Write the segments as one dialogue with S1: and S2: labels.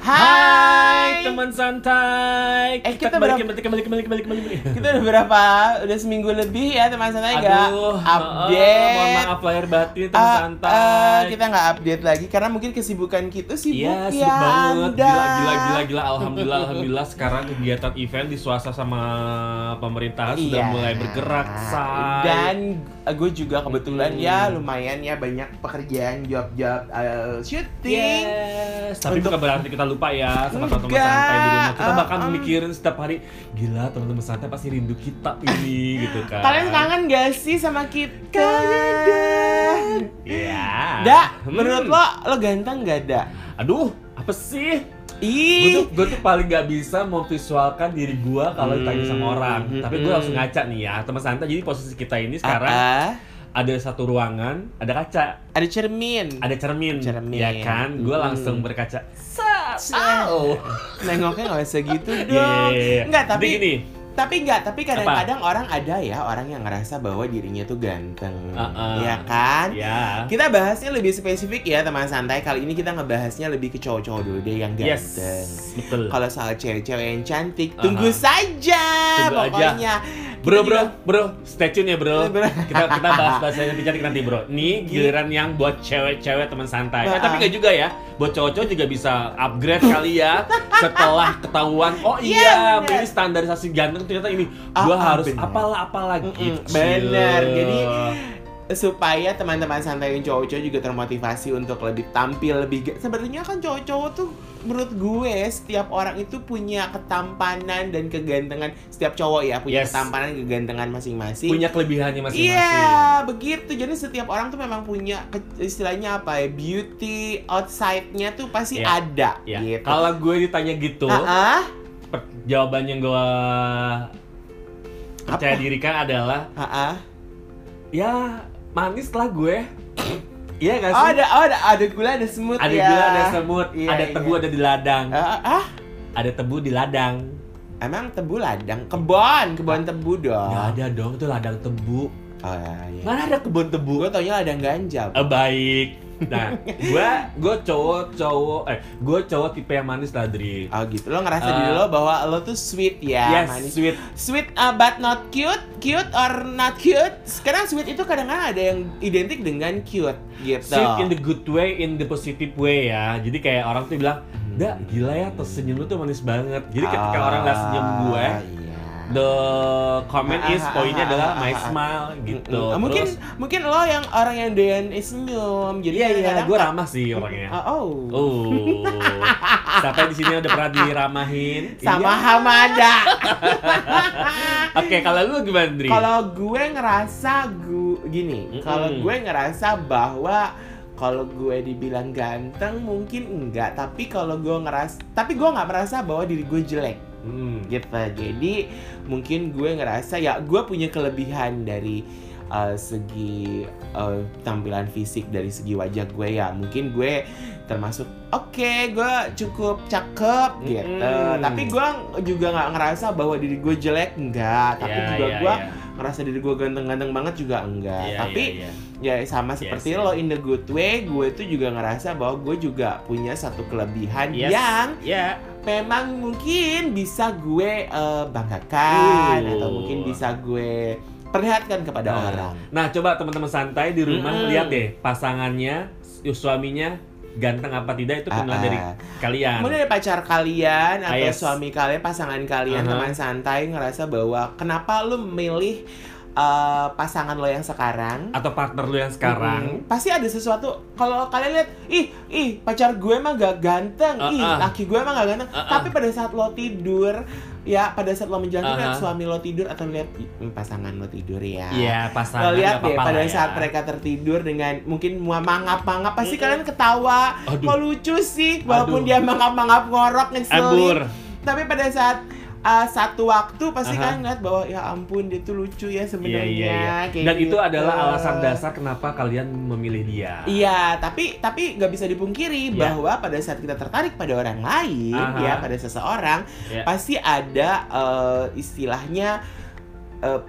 S1: Hai,
S2: Hai.
S1: teman santai.
S2: Eh,
S1: kita,
S2: kita
S1: kembali,
S2: berapa-
S1: kembali kembali kembali kembali kembali.
S2: Kita udah berapa? Udah seminggu lebih ya teman santai nggak
S1: Aduh,
S2: update.
S1: heeh, mohon maaf lahir batin teman
S2: Ah,
S1: santai.
S2: ah, kita nggak update lagi karena mungkin kesibukan kita sibuk ya.
S1: Iya, sibuk banget.
S2: Anda.
S1: Gila, gila, gila, gila. Alhamdulillah, alhamdulillah. Sekarang kegiatan event di swasta sama pemerintahan sudah
S2: Iya.
S1: mulai bergerak, say.
S2: Dan ah, gue juga kebetulan
S1: Hmm.
S2: ya lumayan ya banyak pekerjaan job-job eh, syuting.
S1: Yes. Tapi
S2: Untuk-
S1: bukan berarti kita lupa ya sama teman-teman
S2: Enggak.
S1: santai di rumah. Kita
S2: Uh,
S1: bahkan
S2: um.
S1: mikirin setiap hari, gila teman-teman santai pasti rindu kita ini gitu kan.
S2: Kalian kangen gak sih sama kita?
S1: Iya.
S2: Da,
S1: Hmm.
S2: menurut lo lo ganteng gak da?
S1: Aduh, apa sih? Gue tuh,
S2: Ih, ah,
S1: gua tuh paling gak bisa memvisualkan diri gue kalau ditanya sama
S2: Hmm,
S1: orang.
S2: hmm,
S1: Tapi gue
S2: hmm.
S1: langsung ngaca nih ya, teman santai. Jadi posisi kita ini sekarang
S2: Ah, ah.
S1: ada satu ruangan, ada kaca,
S2: ada cermin.
S1: ada cermin,
S2: Cermin.
S1: ya kan? Gue
S2: Hmm.
S1: langsung berkaca.
S2: Sa-
S1: Oh.
S2: Iya, Nengoknya nggak usah gitu dong.
S1: Iya.
S2: Nggak,
S1: Jadi
S2: tapi
S1: gini,
S2: tapi nggak tapi kadang-kadang orang ada ya orang yang ngerasa bahwa dirinya tuh ganteng,
S1: Uh-uh.
S2: ya kan?
S1: ya.
S2: Kita bahasnya lebih spesifik ya teman santai. Kali ini kita ngebahasnya lebih ke cowok-cowok dulu deh yang
S1: Yes,
S2: ganteng.
S1: betul.
S2: Kalau soal cewek-cewek yang cantik,
S1: Aha.
S2: tunggu saja
S1: Tunggu aja.
S2: pokoknya.
S1: Bro,
S2: Kita
S1: bro,
S2: juga-
S1: bro, stay tune ya bro.
S2: Bro.
S1: Kita kita bahas bahasa yang cantik nanti bro. Nih giliran yang buat cewek-cewek teman santai. Eh,
S2: Nah.
S1: tapi nggak juga ya. Buat cowok-cowok juga bisa upgrade kali ya. Setelah ketahuan, oh
S2: Iya,
S1: iya,
S2: bener.
S1: ini standarisasi ganteng ternyata ini.
S2: Ah,
S1: Gua
S2: ah,
S1: harus
S2: bener.
S1: apalah apalah
S2: Mm-mm,
S1: gitu.
S2: bener. Jadi, supaya teman-teman santai yang cowok-cowok juga termotivasi untuk lebih tampil lebih ga- sebenarnya kan cowok-cowok tuh menurut gue ya, setiap orang itu punya ketampanan dan kegantengan setiap cowok ya punya
S1: Yes.
S2: ketampanan kegantengan masing-masing
S1: punya kelebihannya masing-masing.
S2: Iya, begitu. Jadi setiap orang tuh memang punya ke- istilahnya apa ya, beauty outside-nya tuh pasti
S1: Iya.
S2: ada
S1: Ya,
S2: gitu.
S1: Kalau gue ditanya gitu,
S2: Ah, ah,
S1: per- jawaban yang gue percaya dirikan adalah
S2: ah, ah.
S1: ya manis lah gue. Iya gak
S2: Oh,
S1: sih?
S2: ada oh, ada ada gula, ada semut
S1: Ada
S2: ya.
S1: gula, ada semut,
S2: Iya,
S1: ada
S2: iya.
S1: tebu, ada di ladang.
S2: Ah, ah, ah.
S1: Ada tebu di ladang.
S2: Emang tebu ladang, kebon, kebon tebu dong.
S1: Nggak ada dong, itu ladang tebu.
S2: Oh, iya.
S1: Mana ada kebun tebu?
S2: Gue taunya ladang ganja.
S1: Eh, baik. Nah, gua gua cowok cowok eh gua cowok tipe yang manis lah Dri.
S2: Oh gitu, lo ngerasa
S1: Eh.
S2: diri lo bahwa lo tuh sweet ya,
S1: yes,
S2: manis.
S1: sweet.
S2: Sweet uh, but not cute, cute or not cute. Sekarang sweet itu kadang-kadang ada yang identik dengan cute gitu.
S1: Sweet in the good way, in the positive way ya. Jadi kayak orang tuh bilang, "Da, gila ya, tuh senyum lu tuh manis banget." Jadi ketika
S2: Hmm. Ah,
S1: orang lihat senyum gue,
S2: iya.
S1: the comment is
S2: Ah, ah,
S1: poinnya
S2: ah,
S1: adalah
S2: ah, ah,
S1: my
S2: ah.
S1: smile gitu.
S2: Mm-mm. Ah, mungkin
S1: Terus,
S2: mungkin lo yang orang yang doyan senyum. Jadi
S1: iya iya,
S2: kadang-kadang-
S1: gue ramah sih orangnya.
S2: Oh, oh.
S1: Oh, siapa di sini udah pernah diramahin?
S2: Sama
S1: Iya.
S2: Hamada.
S1: Oke, kalau lu gimana, Dri?
S2: Kalau gue ngerasa gue gini,
S1: Mm-mm.
S2: kalau gue ngerasa bahwa kalau gue dibilang ganteng mungkin enggak, tapi kalau gue ngeras, tapi gue nggak merasa bahwa diri gue jelek
S1: Hmm.
S2: gitu. Jadi mungkin gue ngerasa ya gue punya kelebihan dari uh, segi uh, tampilan fisik dari segi wajah gue ya. Mungkin gue termasuk oke gue cukup cakep gitu.
S1: Mm-mm.
S2: Tapi gue juga nggak ngerasa bahwa diri gue jelek enggak. Tapi
S1: Ya,
S2: juga
S1: ya,
S2: gue
S1: ya.
S2: ngerasa diri gue ganteng-ganteng banget juga enggak
S1: Ya,
S2: tapi
S1: ya, ya.
S2: ya sama seperti
S1: Yes,
S2: lo in the good way gue tuh juga ngerasa bahwa gue juga punya satu kelebihan
S1: Yes.
S2: yang
S1: Ya.
S2: memang mungkin bisa gue eh, banggakan
S1: Uh.
S2: atau mungkin bisa gue perlihatkan kepada
S1: Nah.
S2: orang
S1: Nah, coba teman-teman santai di rumah
S2: Mm-mm.
S1: lihat deh pasangannya, suaminya ganteng apa tidak itu penilaian
S2: Ah,
S1: dari
S2: ah.
S1: kalian.
S2: Kemudian dari pacar kalian atau
S1: Ah, yes. Uh-huh.
S2: suami kalian, pasangan kalian,
S1: Aha.
S2: teman santai ngerasa bahwa kenapa lu memilih eh, pasangan lo yang sekarang
S1: Atau partner lu yang sekarang.
S2: Mm-mm. pasti ada sesuatu kalau kalian lihat ih ih pacar gue mah gak ganteng ih
S1: Uh-uh.
S2: laki gue mah gak ganteng
S1: Uh-uh.
S2: tapi pada saat lo tidur ya pada saat lo menjalankan
S1: Uh-huh.
S2: lihat suami lo tidur atau lihat "Ih, pasangan lo tidur ya Lo
S1: Iya, pasangan.
S2: lihat
S1: nggak
S2: deh
S1: apa-apa
S2: pada
S1: lah ya.
S2: saat mereka tertidur dengan mungkin mua mangap-mangap pasti
S1: Mm-mm.
S2: kalian ketawa.
S1: Aduh. eh,
S2: Kok lucu sih walaupun
S1: Aduh.
S2: dia mangap-mangap ngorok ngeselin.
S1: Abur.
S2: Tapi pada saat uh, satu waktu pasti
S1: Aha.
S2: kalian ngeliat bahwa ya ampun dia tuh lucu ya
S1: Iya,
S2: sebenarnya.
S1: Uh-huh. iya, iya.
S2: Kayak
S1: Dan itu
S2: gitu.
S1: adalah alasan dasar kenapa kalian memilih dia.
S2: Iya, tapi tapi nggak bisa dipungkiri
S1: Iya.
S2: bahwa pada saat kita tertarik pada orang lain,
S1: Aha.
S2: ya pada seseorang,
S1: Iya.
S2: pasti ada eh, istilahnya eh,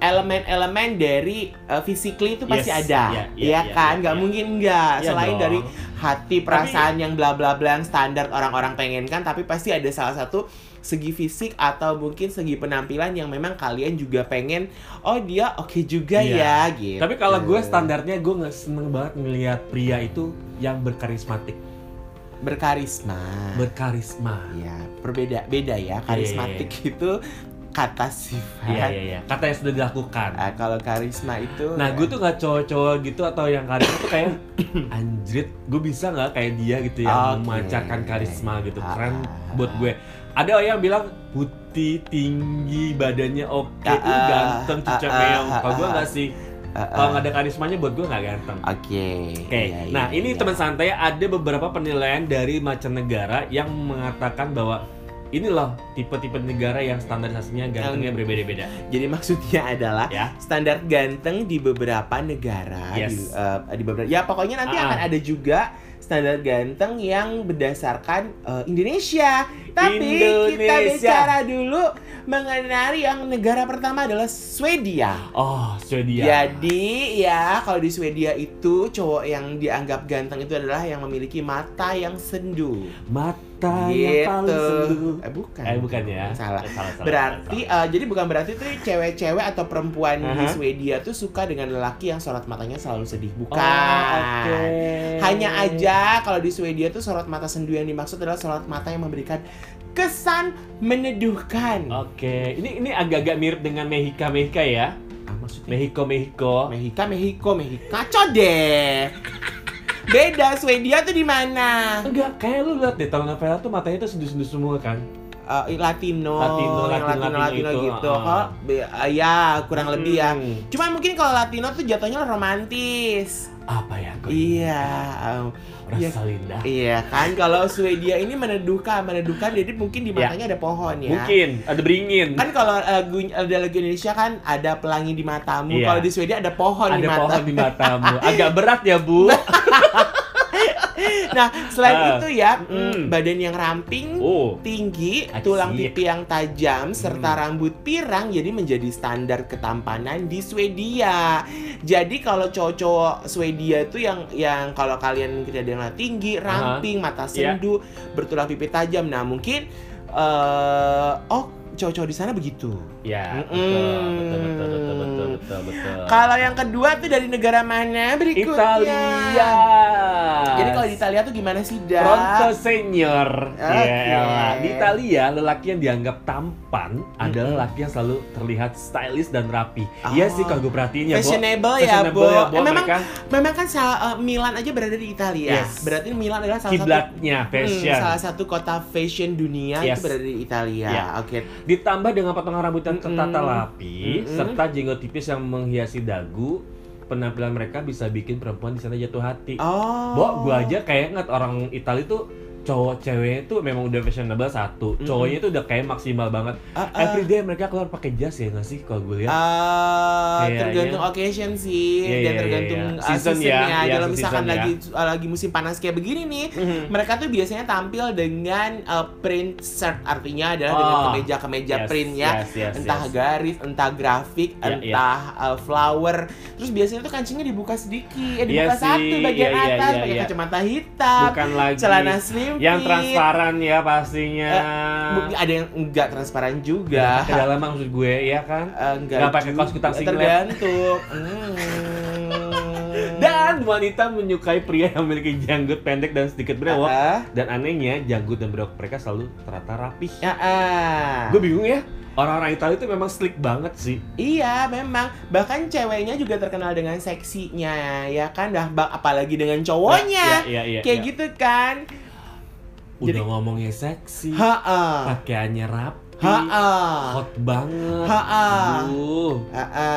S2: elemen-elemen dari eh, physically itu pasti
S1: Yes,
S2: ada,
S1: iya,
S2: ya
S1: iya, iya,
S2: kan?
S1: iya,
S2: Nggak
S1: iya.
S2: mungkin nggak
S1: Iya
S2: selain
S1: dong.
S2: dari hati perasaan yang bla bla bla yang standar orang-orang pengenkan tapi pasti ada salah satu segi fisik atau mungkin segi penampilan yang memang kalian juga pengen oh dia oke juga
S1: Iya.
S2: ya gitu
S1: Tapi kalau gue standarnya gue nggak seneng banget ngelihat pria itu yang berkarismatik,
S2: Hmm. berkarisma
S1: berkarisma.
S2: ya berbeda beda ya karismatik itu kata sifat
S1: Iya iya iya. Kata yang sudah dilakukan.
S2: Ah, kalau karisma itu
S1: Nah gue tuh nggak cowok-cowok gitu atau yang karisma tuh kayak anjrit gue bisa nggak kayak dia gitu yang
S2: Oke.
S1: memancarkan karisma gitu keren
S2: Ah.
S1: buat gue. Ada orang yang bilang putih tinggi badannya oke
S2: Ah,
S1: uh, ganteng
S2: ah,
S1: cucak
S2: ah,
S1: meong.
S2: ah,
S1: Kalau gue
S2: ah.
S1: nggak sih
S2: Ah, ah.
S1: kalau nggak ada karismanya buat gue nggak ganteng.
S2: oke
S1: Oke,
S2: Iya, iya,
S1: nah ini
S2: iya.
S1: teman santai ada beberapa penilaian dari mancanegara yang mengatakan bahwa ini loh tipe-tipe negara yang standarisasinya gantengnya
S2: Yang-
S1: berbeda-beda.
S2: jadi maksudnya adalah
S1: Ya.
S2: standar ganteng di beberapa negara di,
S1: Yes.
S2: eh, di beberapa ya pokoknya nanti
S1: Ah, ah.
S2: akan ada juga standar ganteng yang berdasarkan eh, Indonesia tapi kita
S1: Indonesia.
S2: bicara dulu mengenai yang negara pertama adalah Swedia
S1: Oh, Swedia.
S2: Jadi ya kalau di Swedia itu cowok yang dianggap ganteng itu adalah yang memiliki mata yang sendu.
S1: Mata yang
S2: gitu.
S1: paling sendu.
S2: Eh bukan.
S1: Eh bukan ya.
S2: Salah.
S1: Eh, salah, salah,
S2: Berarti
S1: salah,
S2: eh, jadi bukan berarti tuh cewek-cewek atau perempuan di
S1: Aha.
S2: Swedia tuh suka dengan lelaki yang sorot matanya selalu sedih. Bukan.
S1: salah. Oh, oke.
S2: Hanya aja kalau di Swedia tuh sorot mata sendu yang dimaksud adalah sorot mata yang memberikan kesan meneduhkan.
S1: Oke, ini ini agak-agak mirip dengan Mexica Mexica ya.
S2: Ah, maksudnya
S1: Mexico Mexico.
S2: Mehika, Mehiko, Mehika. Kacau deh. Beda Swedia tuh di mana?
S1: Enggak, kayak lu liat deh tahun Novela tuh matanya tuh sendu-sendu semua kan.
S2: Eh, Latino,
S1: Latino,
S2: yang
S1: Latino,
S2: Latino,
S1: Latino
S2: Latino,
S1: itu,
S2: gitu.
S1: ah.
S2: Kalau be- eh, ya kurang lebih ya.
S1: Hmm,
S2: Cuman mungkin kalau Latino tuh jatuhnya romantis.
S1: Apa ya? Kok
S2: Iya, em, iya.
S1: Rasa Linda.
S2: iya kan. Kalau Swedia ini meneduhkan, meneduhkan. Jadi mungkin di
S1: Ya.
S2: matanya ada pohon ya.
S1: Mungkin ada beringin.
S2: Kan kalau eh, gu- ada lagu Indonesia kan ada pelangi di matamu.
S1: Iya.
S2: Kalau di Swedia ada pohon
S1: ada
S2: di mata.
S1: pohon di matamu. Agak berat ya, Bu.
S2: Nah, selain
S1: Ah.
S2: itu ya, mm,
S1: Mm.
S2: badan yang ramping,
S1: Oh.
S2: tinggi,
S1: Asik.
S2: tulang pipi yang tajam,
S1: Hmm.
S2: serta rambut pirang jadi menjadi standar ketampanan di Swedia. Jadi kalau cowok-cowok Swedia itu yang yang kalau kalian tidak ada yang tinggi, ramping, mata
S1: Iya.
S2: sendu, bertulang pipi tajam. Nah, mungkin eh oh cowok-cowok di sana begitu.
S1: Ya,
S2: Mm-mm.
S1: betul, betul, betul, betul, betul, betul, betul.
S2: Kalau yang kedua tuh dari negara mana berikutnya?
S1: Italia.
S2: Jadi kalau di Italia tuh gimana sih, Da?
S1: Pronto senior.
S2: Oke.
S1: Ya elah. Di Italia, lelaki yang dianggap tampan
S2: Hmm.
S1: adalah lelaki yang selalu terlihat stylish dan rapi. Iya
S2: Oh.
S1: sih kalau gue perhatiin ya, Bo.
S2: Fashionable, ya,
S1: Fashionable
S2: Bo.
S1: ya, Bo.
S2: Eh, memang
S1: Mereka
S2: Memang kan sa- eh, Milan aja berada di Italia.
S1: Yes.
S2: Berarti Milan adalah salah satu
S1: kiblatnya
S2: Hmm,
S1: fashion.
S2: salah satu kota fashion dunia
S1: Yes.
S2: itu berada di Italia.
S1: Ya.
S2: Oke.
S1: Ditambah dengan potongan rambut yang
S2: Mm-mm.
S1: tertata rapi
S2: Mm-mm.
S1: serta jenggot tipis yang menghiasi dagu, penampilan mereka bisa bikin perempuan di sana jatuh hati.
S2: Oh.
S1: Bo, gua aja kayak ngeliat orang Itali tuh cowok ceweknya tuh memang udah fashionable satu,
S2: Mm-mm.
S1: cowoknya tuh udah kayak maksimal banget.
S2: Ah, ah.
S1: Everyday mereka keluar pakai jas kan, ya nggak sih kalau gue lihat.
S2: Ah,
S1: Kayaknya.
S2: Eh, tergantung occasion sih
S1: Iya,
S2: dan
S1: iya,
S2: tergantung ah,
S1: iya. Season ya,
S2: seasonnya.
S1: iya,
S2: Kalau
S1: season
S2: misalkan
S1: ya.
S2: lagi ah, lagi musim panas kayak begini nih, mereka tuh biasanya tampil dengan ah, print shirt artinya adalah dengan
S1: Oh.
S2: kemeja-kemeja
S1: Yes,
S2: print ya.
S1: yes, yes,
S2: entah
S1: yes.
S2: garis, entah grafik,
S1: Ya, ya.
S2: entah uh, flower. Terus biasanya tuh kancingnya dibuka sedikit, eh, dibuka
S1: Iya
S2: satu
S1: sih,
S2: bagian
S1: iya, iya,
S2: atas,
S1: iya,
S2: pakai
S1: iya.
S2: kacamata hitam,
S1: bukan lagi
S2: celana Eh, slim
S1: yang
S2: fit.
S1: transparan ya pastinya.
S2: Bu- ada yang enggak transparan
S1: Nggak
S2: juga.
S1: pakai dalam maksud gue ya kan.
S2: Eh, enggak
S1: Iya. Nggak pakai
S2: juga,
S1: kaos kutang singlet.
S2: Tergantung. Hmm.
S1: Dan wanita menyukai pria yang memiliki janggut pendek dan sedikit berewok.
S2: Ah,
S1: Dan anehnya janggut dan berewok mereka selalu terata rapih.
S2: ah, ah.
S1: Gue bingung ya. Orang-orang Italia itu memang slick banget sih.
S2: Iya, memang. Bahkan ceweknya juga terkenal dengan seksinya, ya kan? Dah, ba- apalagi dengan
S1: Nah,
S2: cowoknya.
S1: Iya, iya, iya,
S2: Kayak
S1: iya.
S2: gitu kan.
S1: Udah
S2: Jadi-
S1: ngomongnya seksi,
S2: Ha-ha.
S1: pakaiannya rapi,
S2: Ha-ha.
S1: hot banget.
S2: Ha-ha.
S1: Aduh,
S2: Ha-ha.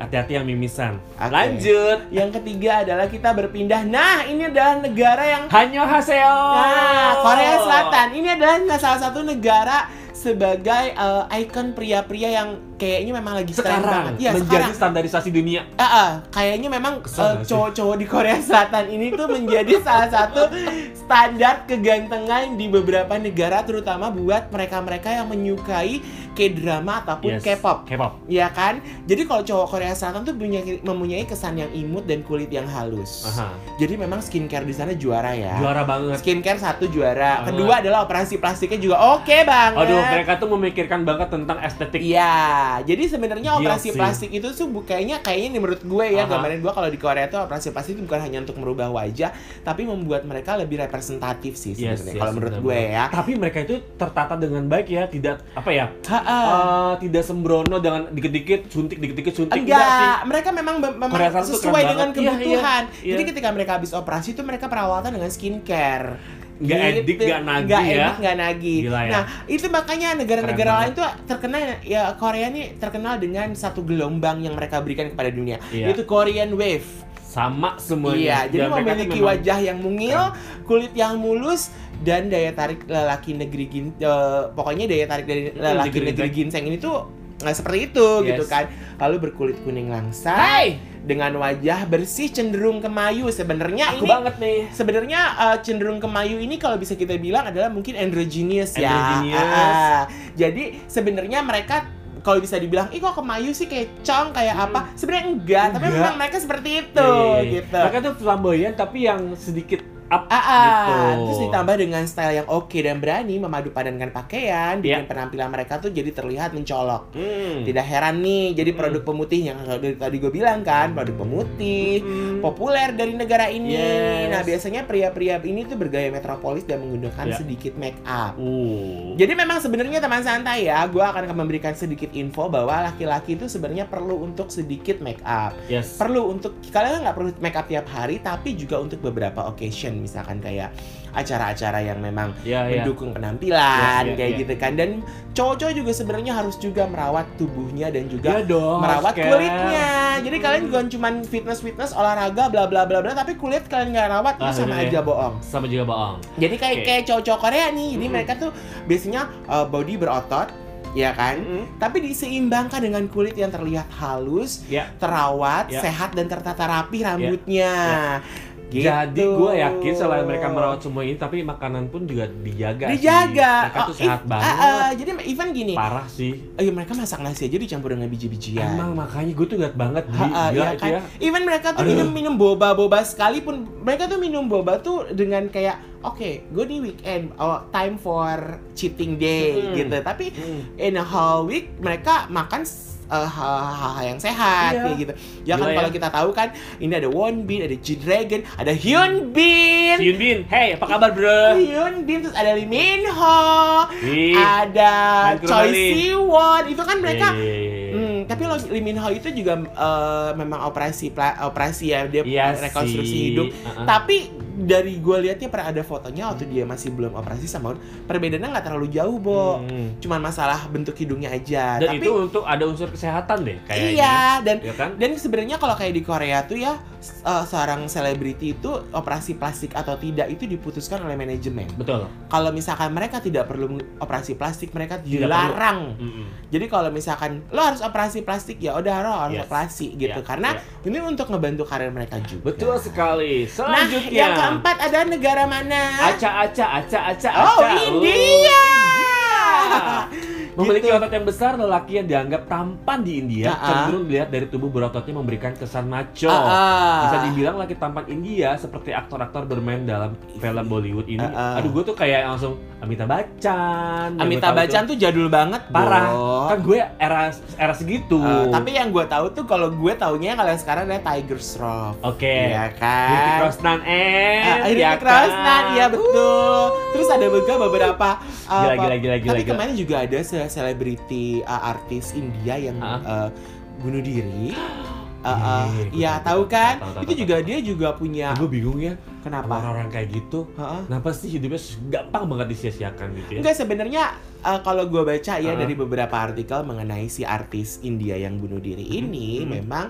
S1: hati-hati yang mimisan.
S2: Oke.
S1: Lanjut.
S2: Yang ketiga adalah kita berpindah. Nah, ini adalah negara yang
S1: Hanyo Haseo.
S2: Nah, Korea Selatan. Ini adalah nah, salah satu negara sebagai eh, ikon pria-pria yang kayaknya memang lagi tren
S1: Sekarang
S2: banget. Iya,
S1: menjadi
S2: sekarang.
S1: standarisasi dunia.
S2: Ah, ah. kayaknya memang eh,
S1: Kesel gak sih?
S2: cowok-cowok di Korea Selatan ini tuh menjadi salah satu standar kegantengan di beberapa negara terutama buat mereka-mereka yang menyukai K-drama ataupun
S1: Yes.
S2: K-pop.
S1: K-pop.
S2: Ya kan? Jadi kalau cowok Korea Selatan tuh punya mempunyai kesan yang imut dan kulit yang halus.
S1: Aha.
S2: Jadi memang skincare di sana juara ya.
S1: Juara banget.
S2: Skincare satu juara.
S1: Banget.
S2: Kedua adalah operasi plastiknya juga oke banget.
S1: Aduh, mereka tuh memikirkan banget tentang estetik.
S2: Iya, jadi sebenarnya
S1: Gila
S2: operasi
S1: sih.
S2: plastik itu tuh bu- kayaknya kayaknya nih menurut gue ya
S1: Aha.
S2: gambaran gue kalau di Korea tuh operasi plastik itu bukan hanya untuk merubah wajah, tapi membuat mereka lebih representatif sih
S1: Yes,
S2: sebenarnya.
S1: yes,
S2: kalau menurut
S1: benar,
S2: gue ya.
S1: Tapi mereka itu tertata dengan baik ya, tidak apa ya?
S2: Ha-ha.
S1: eh, tidak sembrono dengan dikit-dikit suntik, dikit-dikit suntik iya sih.
S2: Enggak, mereka memang be- memang
S1: Korea Selatan tuh
S2: sesuai
S1: keren
S2: dengan
S1: banget. Iya,
S2: kebutuhan.
S1: iya,
S2: Jadi
S1: iya.
S2: ketika mereka habis operasi itu mereka perawatan dengan skincare. Gitu.
S1: Nggak edik, nggak nagih
S2: Nggak
S1: ya.
S2: edik, nggak nagih.
S1: Gila ya.
S2: Nah, itu makanya negara-negara
S1: Keren
S2: lain tuh terkenal ya Korea nih terkenal dengan satu gelombang yang mereka berikan kepada dunia.
S1: Iya.
S2: Itu Korean Wave.
S1: Sama semuanya.
S2: Iya, jadi
S1: Dan mereka tuh
S2: memiliki
S1: memang- Iya.
S2: wajah yang mungil, kulit yang mulus, dan daya tarik lelaki negeri gin, eh, pokoknya daya tarik dari lelaki
S1: negeri
S2: negeri ginseng ini tuh nggak seperti itu
S1: Yes.
S2: gitu kan. Lalu berkulit kuning
S1: Nah,
S2: langsa,
S1: Hai,
S2: dengan wajah bersih cenderung kemayu. Sebenarnya ini
S1: aku banget nih.
S2: sebenarnya eh, cenderung kemayu ini kalau bisa kita bilang adalah mungkin androgynous ya.
S1: Androgynous.
S2: Ah, ah. jadi sebenarnya mereka kalau bisa dibilang, ih kok kemayu sih kayak cong kayak apa? Sebenarnya enggak, tapi
S1: Enggak.
S2: memang mereka seperti itu
S1: Iya, iya, iya.
S2: gitu.
S1: Mereka tuh flamboyan tapi yang sedikit up.
S2: Ah, ah.
S1: Gitu.
S2: terus ditambah dengan style yang oke dan berani memadu padankan pakaian, bikin penampilan mereka tuh jadi terlihat mencolok.
S1: Ya. Hmm.
S2: Tidak heran nih, jadi
S1: Hmm.
S2: produk pemutih yang tadi- tadi gue bilang kan, produk pemutih
S1: Hmm.
S2: populer dari negara ini.
S1: Yes.
S2: Nah, biasanya pria-pria ini tuh bergaya metropolis dan menggunakan
S1: Ya.
S2: sedikit make up.
S1: Uh.
S2: Jadi memang sebenarnya teman santai ya, gue akan memberikan sedikit info bahwa laki-laki itu sebenarnya perlu untuk sedikit make up
S1: Yes.
S2: perlu untuk kalian nggak perlu make up tiap hari tapi juga untuk beberapa occasion misalkan kayak acara-acara yang memang
S1: Ya, ya.
S2: mendukung penampilan
S1: Yes, iya,
S2: kayak
S1: iya.
S2: gitu kan dan cowok-cowok juga sebenarnya harus juga merawat tubuhnya dan juga
S1: Ya dong.
S2: merawat
S1: care.
S2: kulitnya jadi kalian bukan cuman fitness fitness olahraga bla bla bla bla tapi kulit kalian nggak rawat itu
S1: Ah,
S2: sama
S1: bener
S2: aja
S1: ya.
S2: bohong
S1: Sama juga bohong.
S2: jadi kayak
S1: Oke.
S2: kayak cowok-cowok Korea nih jadi
S1: Mm-mm.
S2: mereka tuh biasanya uh, body berotot ya kan tapi diseimbangkan dengan kulit yang terlihat halus,
S1: Ya.
S2: terawat,
S1: Ya.
S2: sehat dan tertata rapi rambutnya. Gitu.
S1: Jadi gue yakin selain mereka merawat semua ini, tapi makanan pun juga dijaga. sih.
S2: dijaga.
S1: Mereka tuh
S2: Oh,
S1: sehat
S2: if-
S1: banget.
S2: ah, ah, jadi even gini,
S1: Parah sih.
S2: eh, mereka masak nasi aja dicampur dengan biji-bijian.
S1: Emang makanya gue tuh ngeliat banget
S2: Ha,
S1: di
S2: ah,
S1: gila
S2: iya
S1: itu
S2: kan?
S1: ya.
S2: Even mereka tuh
S1: Aduh.
S2: minum minum boba boba sekalipun mereka tuh minum boba tuh dengan kayak oke gue di weekend oh, time for cheating day
S1: Hmm.
S2: gitu tapi in a whole week mereka makan uh, hal-hal yang sehat
S1: Iya.
S2: kayak gitu. Ya kan
S1: Gila
S2: kalau
S1: ya.
S2: kita tahu kan ini ada Won Bin, ada Ji Dragon, ada Hyun Bin.
S1: Yun Bin, hey apa kabar bro?
S2: Hyun Bin terus ada Lee Min Ho,
S1: Iya. Ih,
S2: ada
S1: main ke rumah
S2: Choi
S1: nih.
S2: Siwon. Itu Ah, kan mereka
S1: iya, iya, iya.
S2: Hmm, tapi lo Lee Min Ho itu juga uh, memang operasi pla- operasi ya dia
S1: Iya
S2: rekonstruksi
S1: sih.
S2: hidup.
S1: Ah, ah.
S2: Tapi dari gue liatnya pernah ada fotonya waktu dia masih belum operasi sama perbedaannya nggak terlalu jauh, Bo
S1: Hmm.
S2: cuman masalah bentuk hidungnya aja. Nah,
S1: Dan
S2: Tapi
S1: itu untuk ada unsur kesehatan deh kayaknya.
S2: iya dan
S1: Ya kan?
S2: dan sebenarnya kalau kayak di Korea tuh ya s- eh, seorang selebriti itu operasi plastik atau tidak itu diputuskan oleh manajemen.
S1: Betul.
S2: Kalau misalkan mereka tidak perlu meng- operasi plastik, mereka
S1: Tidak
S2: dilarang.
S1: Mm-mm.
S2: Jadi kalau misalkan lo harus operasi plastik ya udah lo harus
S1: Yes.
S2: operasi gitu
S1: Ya,
S2: karena
S1: ya.
S2: ini untuk ngebantu karir mereka juga.
S1: betul sekali.
S2: Nah,
S1: Selanjutnya.
S2: yang keempat ada negara mana?
S1: Aca aca aca aca
S2: Oh,
S1: aca.
S2: India.
S1: Ah. Memiliki
S2: Gitu.
S1: otot yang besar, lelaki yang dianggap tampan di India
S2: Ah, ah.
S1: cenderung dilihat dari tubuh berototnya memberikan kesan maco.
S2: Ah, ah.
S1: Bisa dibilang laki tampan India seperti aktor-aktor bermain dalam film Bollywood ini.
S2: Ah, ah.
S1: Aduh, gue tuh kayak langsung Amitabh Bachchan. Yang
S2: Amitabh
S1: gua tahu
S2: Bachchan tuh jadul banget,
S1: tuh parah.
S2: Bo.
S1: Kan gue era era segitu.
S2: Eh, tapi yang gue tahu tuh kalau gue taunya kalau yang sekarang ada Tiger Shroff.
S1: oke.
S2: Iya kan?
S1: Hrithik Rosnan eh.
S2: Ah, Akhirnya Krosnan, iya betul. Terus ada juga beberapa uh,
S1: Gila,
S2: apa-
S1: gila, gila, gila,
S2: Tapi
S1: gila.
S2: kemarin juga ada se- selebriti uh, artis India yang uh, bunuh diri. Uh, uh,
S1: Iya, gue
S2: Iya,
S1: tahu,
S2: tahu
S1: tahu,
S2: kan?
S1: tahu, tahu,
S2: Itu
S1: tahu,
S2: juga
S1: tahu.
S2: dia juga punya
S1: Gue bingung ya,
S2: kenapa?
S1: orang-orang kayak gitu
S2: Heeh.
S1: Kenapa sih hidupnya s- gampang banget disia-siakan gitu ya?
S2: Enggak sebenarnya uh, kalau gue baca ya
S1: Ah.
S2: dari beberapa artikel mengenai si artis India yang bunuh diri ini
S1: Mhm.
S2: memang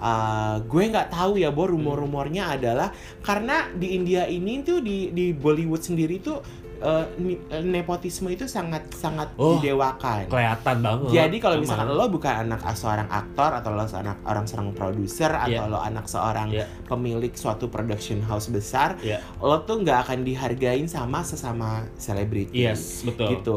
S2: uh, gue nggak tahu ya Bo rumor-rumornya adalah karena di India ini tuh di di Bollywood sendiri tuh uh, ni- uh, nepotisme itu sangat sangat
S1: Oh.
S2: didewakan.
S1: Kelihatan banget.
S2: Jadi kalau
S1: Emang.
S2: misalkan lo bukan anak eh, seorang aktor atau lo seorang orang seorang produser atau
S1: Iya.
S2: lo anak seorang
S1: Iya.
S2: pemilik suatu production house besar,
S1: Iya. Iya,
S2: lo tuh nggak akan dihargain sama sesama selebriti
S1: Yes, betul.
S2: gitu.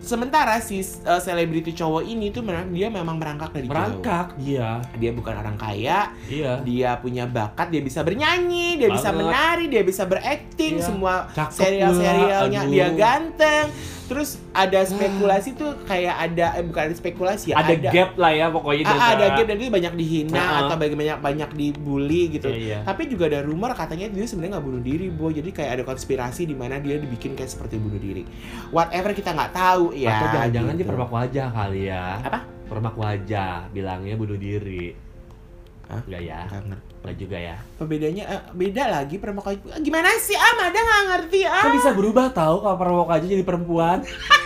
S2: Sementara si eh, selebriti cowok ini tuh merang- dia memang merangkak dari jauh.
S1: merangkak iya
S2: Dia bukan orang kaya,
S1: iya
S2: dia punya bakat, dia bisa bernyanyi, dia bisa
S1: Banget.
S2: menari, dia bisa berakting,
S1: Iya.
S2: semua
S1: cakep
S2: serial-serialnya ya
S1: pula,
S2: dia
S1: aduh.
S2: ganteng. Terus ada spekulasi tuh kayak ada eh, bukan ada spekulasi ya,
S1: ada, gap lah ya pokoknya
S2: Ah,
S1: di
S2: ah, ada
S1: antara-
S2: gap dan itu banyak dihina
S1: Ah, ah.
S2: atau banyak- banyak banyak dibully gitu.
S1: iya, iya.
S2: Tapi juga ada rumor katanya dia sebenarnya nggak bunuh diri, Bo. Jadi kayak ada konspirasi di mana dia dibikin kayak seperti bunuh diri. Whatever kita nggak tahu ya.
S1: atau jangan-jangan dia
S2: gitu.
S1: permak wajah kali ya
S2: Apa?
S1: permak wajah bilangnya bunuh diri
S2: Hah?
S1: enggak ya
S2: Nggak ngerti.
S1: enggak juga ya
S2: Perbedaannya eh, beda lagi permak wajah. Gimana sih? Ah, Mada nggak ngerti ah.
S1: kan bisa berubah tahu kalau permak wajah jadi perempuan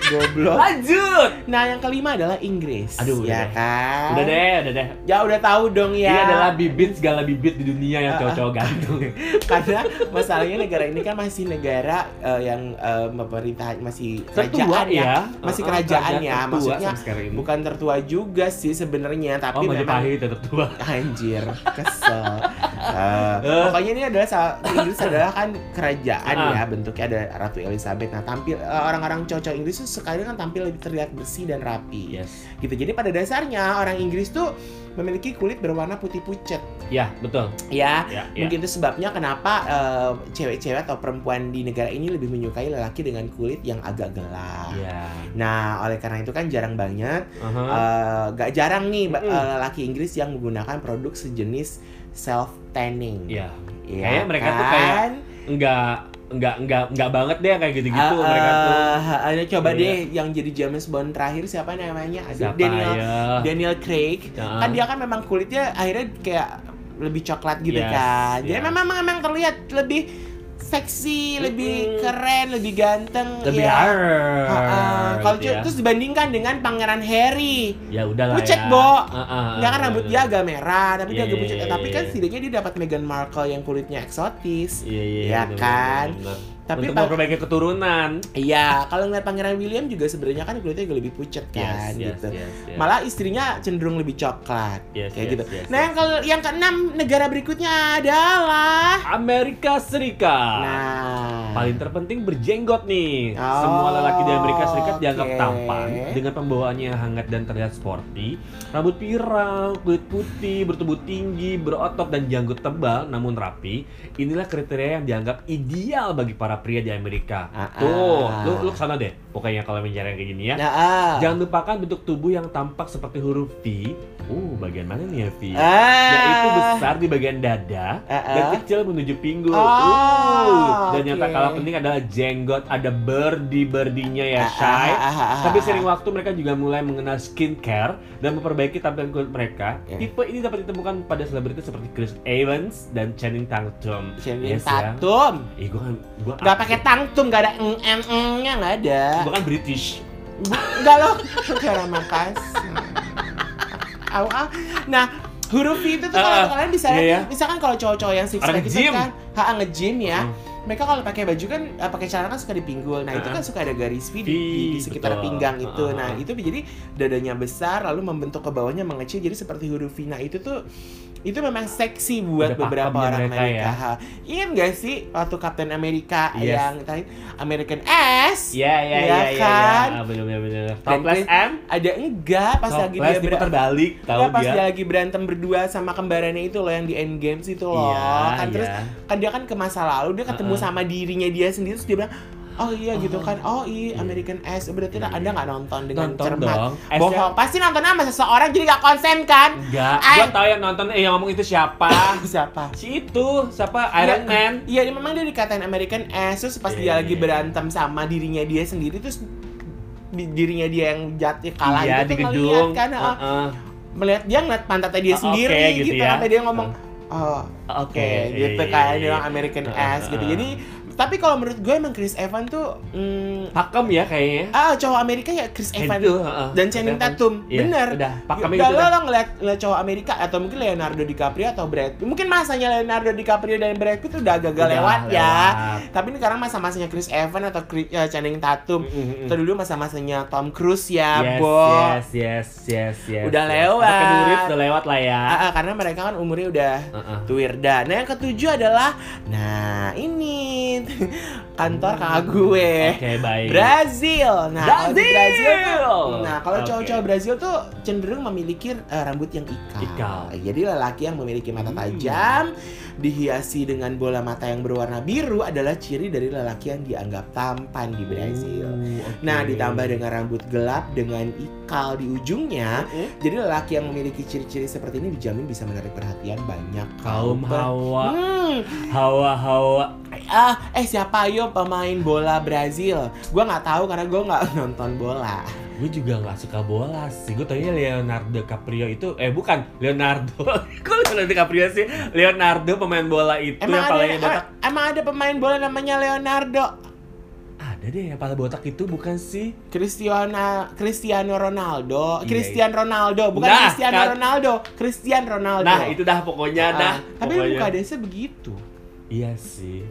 S2: Goblok.
S1: lanjut
S2: Nah, yang kelima adalah Inggris.
S1: Aduh,
S2: ya
S1: udah deh.
S2: kan.
S1: udah deh Iya, udah deh
S2: Ya udah tahu dong ya.
S1: Dia adalah bibit segala bibit di dunia yang
S2: Ah, ah.
S1: cowok-cowok gantung.
S2: karena masalahnya negara ini kan masih negara eh, yang eh, pemerintahan masih
S1: Tertua
S2: kerajaan ya.
S1: ya.
S2: Masih
S1: Ah, ah,
S2: kerajaan ya,
S1: tertua
S2: maksudnya
S1: sampai sekarang ini.
S2: Bukan tertua juga sih sebenarnya,
S1: Oh,
S2: tapi memang
S1: Majapahit ya tertua.
S2: anjir, kesel. Eh,
S1: Eh.
S2: pokoknya ini adalah sa- Inggris adalah kan kerajaan
S1: Ah.
S2: ya, bentuknya ada Ratu Elizabeth. Nah, tampil eh, orang-orang cocok Inggris tuh sekarang kan tampil lebih terlihat bersih dan rapi.
S1: Yes.
S2: Gitu. Jadi pada dasarnya orang Inggris tuh memiliki kulit berwarna putih pucet
S1: Ya, betul.
S2: ya.
S1: Ya, ya.
S2: Mungkin itu sebabnya kenapa eh, cewek-cewek atau perempuan di negara ini lebih menyukai lelaki dengan kulit yang agak gelap.
S1: Ya.
S2: Nah, oleh karena itu kan jarang banget,
S1: Aha.
S2: eh, gak jarang nih ba-
S1: Mm-mm.
S2: eh, lelaki Inggris yang menggunakan produk sejenis self tanning.
S1: Ya.
S2: Iya
S1: Kayaknya mereka tuh kayak Enggak enggak enggak enggak banget deh kayak
S2: Eh,
S1: gitu-gitu gitu, mereka tuh.
S2: eh, ada coba
S1: Iya.
S2: deh yang jadi James Bond terakhir siapa namanya? Aduh,
S1: Siapa
S2: Daniel
S1: ya?
S2: Daniel Craig.
S1: Ya.
S2: kan dia kan memang kulitnya akhirnya kayak lebih coklat gitu
S1: Yes,
S2: kan dia
S1: yes.
S2: memang memang terlihat lebih seksi
S1: Mm-mm.
S2: lebih keren lebih ganteng
S1: lebih
S2: ya.
S1: hard.
S2: Ha-ha. kalau
S1: gitu ya.
S2: terus dibandingkan dengan pangeran Harry
S1: ya udahlah
S2: pucet,
S1: ya. ah,
S2: Bo.
S1: Heeh.
S2: Nggak kan rambut dia agak merah tapi
S1: Iya,
S2: dia agak
S1: iya,
S2: pucat
S1: iya,
S2: tapi kan
S1: iya.
S2: setidaknya dia dapat Meghan Markle yang kulitnya eksotis
S1: Iya, iya,
S2: Ya
S1: bener,
S2: kan?
S1: bener, bener.
S2: tapi
S1: Untuk
S2: pa-
S1: memperbaiki keturunan.
S2: iya kalau ngeliat pangeran William juga sebenarnya kan kulitnya agak lebih pucat kan
S1: Yes, yes,
S2: gitu
S1: yes, yes.
S2: malah istrinya cenderung lebih coklat
S1: Yes,
S2: kayak
S1: yes,
S2: gitu
S1: yes,
S2: nah yang kalau yang keenam negara berikutnya adalah
S1: Amerika Serikat.
S2: Nah,
S1: Ah, Paling terpenting berjenggot nih.
S2: Oh,
S1: Semua lelaki di Amerika Serikat dianggap
S2: oke.
S1: tampan dengan pembawaannya yang hangat dan terlihat sporty. Rambut pirang, kulit putih, bertubuh tinggi, berotot dan janggut tebal namun rapi. Inilah kriteria yang dianggap ideal bagi para pria di Amerika.
S2: Ah,
S1: Tuh,
S2: ah.
S1: lu lu kesana deh. Pokoknya kalau mencari yang kayak gini ya.
S2: nah, ah.
S1: Jangan lupakan bentuk tubuh yang tampak seperti huruf V. Uh, bagian mana nih ya V?
S2: ah.
S1: Yaitu besar di bagian dada,
S2: Ah, ah.
S1: dan kecil menuju pinggul.
S2: Oh,
S1: Uh, dan yang
S2: oke.
S1: tak kalah penting adalah jenggot, ada birdie birdinya ya,
S2: Ah,
S1: Shay.
S2: ah, ah, ah,
S1: Tapi
S2: ah.
S1: sering waktu mereka juga mulai mengenal skincare dan memperbaiki tampilan kulit mereka.
S2: Ya.
S1: Tipe ini dapat ditemukan pada selebritis seperti Chris Evans dan Channing Tatum.
S2: ah. Sering
S1: Yes, ya.
S2: tatum.
S1: Ih, gua kan gua
S2: Gak pakai tangtum, gak ada eng eng engnya gak ada.
S1: gua kan British.
S2: Gak loh, karena Makassar. Au au. Nah, huruf V itu tuh
S1: Ah,
S2: kalau kalian bisa
S1: iya, iya.
S2: misalkan kalau cowok-cowok yang six
S1: Orang
S2: pack itu
S1: nge-gym.
S2: kan ha nge-gym ya.
S1: Mm.
S2: Mereka kalau pakai baju kan eh, pakai celana kan suka dipinggul. Nah, itu
S1: Ah.
S2: kan suka ada garis V di, di- di
S1: Ih,
S2: sekitar
S1: betul.
S2: pinggang itu.
S1: Ah.
S2: Nah, itu jadi dadanya besar lalu membentuk ke bawahnya mengecil jadi seperti huruf V. Nah, itu tuh itu memang seksi buat
S1: Udah
S2: beberapa
S1: pakemnya
S2: orang
S1: mereka ya.
S2: Amerika. Ha. Ingat gak sih waktu Captain America
S1: Yes.
S2: yang tadi American S?
S1: Iya, iya,
S2: Iya
S1: iya, iya.
S2: kan?
S1: iya. Bener, bener, bener.
S2: Dan
S1: Topless
S2: Chris-
S1: M,
S2: Ada enggak pas lagi dia
S1: topless dia
S2: berantem
S1: terbalik, tahu
S2: pas
S1: dia.
S2: dia lagi berantem berdua sama kembarannya itu loh yang di end games itu loh. kan terus
S1: iya.
S2: kan dia kan ke masa lalu dia ketemu
S1: Uh-uh.
S2: sama dirinya dia sendiri terus dia bilang oh iya gitu kan oh iya
S1: Iya.
S2: American S berarti
S1: Iya.
S2: anda nggak nonton dengan
S1: nonton
S2: cermat
S1: dong. Hmm. S-nya
S2: bohong pasti nonton sama seseorang jadi nggak konsen kan
S1: Enggak,
S2: Ay-
S1: gua tahu yang nonton eh yang ngomong itu siapa?
S2: siapa
S1: si itu, siapa? Iron
S2: Iya.
S1: Man.
S2: Iya, dia memang dia dikatain American ass terus pas
S1: Iya.
S2: dia lagi berantem sama dirinya dia sendiri terus di- dirinya dia yang jatuh kalah
S1: Iya,
S2: itu
S1: di
S2: tuh
S1: gedung.
S2: ngeliat kan
S1: Heeh.
S2: oh, melihat dia ngeliat pantatnya dia
S1: Oh,
S2: sendiri
S1: oke, gitu
S2: gitu,
S1: ya. Ah,
S2: sampai dia ngomong oh
S1: Oke,
S2: Oke, gitu
S1: iya,
S2: kan
S1: iya,
S2: dia bilang
S1: iya. ah.
S2: American
S1: Heeh,
S2: ass gitu.
S1: heeh.
S2: Jadi tapi kalau menurut gue emang Chris Evans tuh mm,
S1: Pakem ya kayaknya.
S2: ah cowok Amerika ya Chris Evans
S1: Itu, heeh.
S2: dan Channing
S1: Evans.
S2: Tatum.
S1: Iya,
S2: Bener.
S1: Udah, pakemnya
S2: Gak
S1: gitu. dah.
S2: lo ngeliat, ngeliat cowok Amerika atau mungkin Leonardo DiCaprio atau Brad Pitt. Mungkin masanya Leonardo DiCaprio dan Brad Pitt udah agak
S1: Udah,
S2: lewat ya.
S1: lewat.
S2: Tapi ini sekarang masa-masanya Chris Evans atau Chris, eh, Channing Tatum.
S1: Mm, mm, mm.
S2: Atau dulu masa-masanya Tom Cruise ya,
S1: Yes,
S2: Bo.
S1: yes, yes, yes, yes.
S2: Udah
S1: yes.
S2: lewat.
S1: Apa kedurit udah lewat lah ya.
S2: Ah, ah, karena mereka kan umurnya udah
S1: Heeh.
S2: Tuwirda. Nah yang ketujuh adalah, nah ini nih kantor kakak gue.
S1: Oke, baik.
S2: Brazil. Nah, kalau di Brazil tuh, nah kalau
S1: Oh, Oke.
S2: cowok-cowok Brazil tuh cenderung memiliki eh, rambut yang ikal.
S1: Ikal.
S2: Jadi lelaki yang memiliki mata
S1: Hmm.
S2: tajam dihiasi dengan bola mata yang berwarna biru adalah ciri dari lelaki yang dianggap tampan di Brazil.
S1: Oh, oke.
S2: Nah, ditambah dengan rambut gelap dengan ikal di ujungnya,
S1: Mm-mm.
S2: jadi lelaki yang memiliki ciri-ciri seperti ini dijamin bisa menarik perhatian banyak
S1: kaum
S2: per-
S1: hawa,
S2: Hmm,
S1: hawa-hawa.
S2: ah, eh siapa yo pemain bola Brazil? Gua nggak tahu karena gua nggak nonton bola.
S1: Gue juga nggak suka bola sih. Gue taunya Leonardo DiCaprio itu, eh bukan Leonardo. Kok Leonardo DiCaprio sih? Leonardo pemain bola itu
S2: Emang
S1: yang
S2: ada, ya?
S1: palanya botak.
S2: em- emang ada pemain bola namanya Leonardo Ah.
S1: Ada deh yang pala botak itu bukan sih?
S2: Cristiano Cristiano Ronaldo,
S1: Iya,
S2: Christian Ronaldo, bukan
S1: Nah,
S2: Cristiano
S1: kan.
S2: Ronaldo, Cristian Ronaldo.
S1: Nah itu dah pokoknya
S2: Ah,
S1: dah.
S2: tapi
S1: pokoknya.
S2: muka desa begitu.
S1: Iya sih.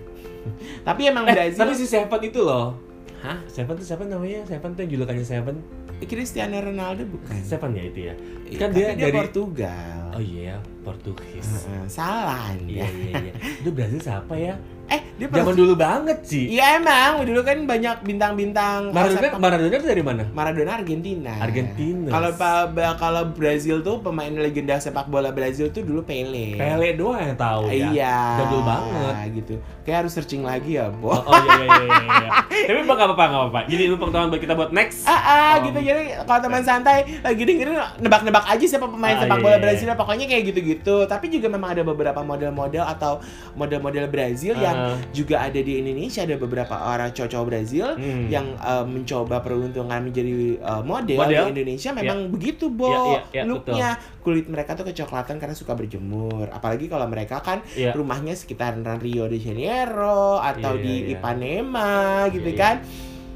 S2: Tapi emang
S1: Eh,
S2: Brazil.
S1: tapi si Seven itu loh.
S2: Hah?
S1: Seven tuh siapa namanya? Seven tuh yang julukannya Seven.
S2: Cristiano Ronaldo bukan.
S1: Seven ya itu ya.
S2: Iya,
S1: kan
S2: tapi
S1: dia dari-
S2: Portugal.
S1: Oh iya, Portugis.
S2: Heeh, salah
S1: Iya
S2: Anda.
S1: iya iya. Itu Brazil siapa ya?
S2: Eh, dia
S1: Zaman
S2: Portugal.
S1: dulu banget sih.
S2: Iya emang, dulu kan banyak bintang-bintang.
S1: Maradona, Maradona tuh dari mana?
S2: Maradona Argentina.
S1: Argentina.
S2: Kalau pa- ba- kalau Brazil tuh pemain legenda sepak bola Brazil tuh dulu Pele.
S1: Pele doang yang tahu ya.
S2: Iya.
S1: Jadul banget.
S2: gitu. Kayak harus searching lagi ya, Bo.
S1: Oh, oh, iya, iya, iya, iya, iya. Tapi bang nggak apa-apa, nggak apa-apa. Jadi lu pengetahuan buat kita buat next.
S2: Ah, ah
S1: Om. Iya.
S2: gitu jadi kalau teman santai lagi dengerin nebak-nebak aja siapa pemain
S1: Ah,
S2: sepak
S1: iya,
S2: bola
S1: iya, iya.
S2: Brazil pokoknya kayak gitu-gitu tapi juga memang ada beberapa model-model atau model-model Brazil yang
S1: Ah.
S2: juga ada di Indonesia ada beberapa orang cowok-cowok Brazil
S1: Hmm.
S2: yang eh, mencoba peruntungan menjadi eh, model,
S1: Model?
S2: di Indonesia memang begitu bo
S1: Iya, iya, iya,
S2: looknya kulit mereka tuh kecoklatan karena suka berjemur apalagi kalau mereka kan
S1: Iya.
S2: rumahnya sekitaran Rio de Janeiro atau
S1: Iya,
S2: di
S1: iya.
S2: Ipanema gitu
S1: Iya,
S2: kan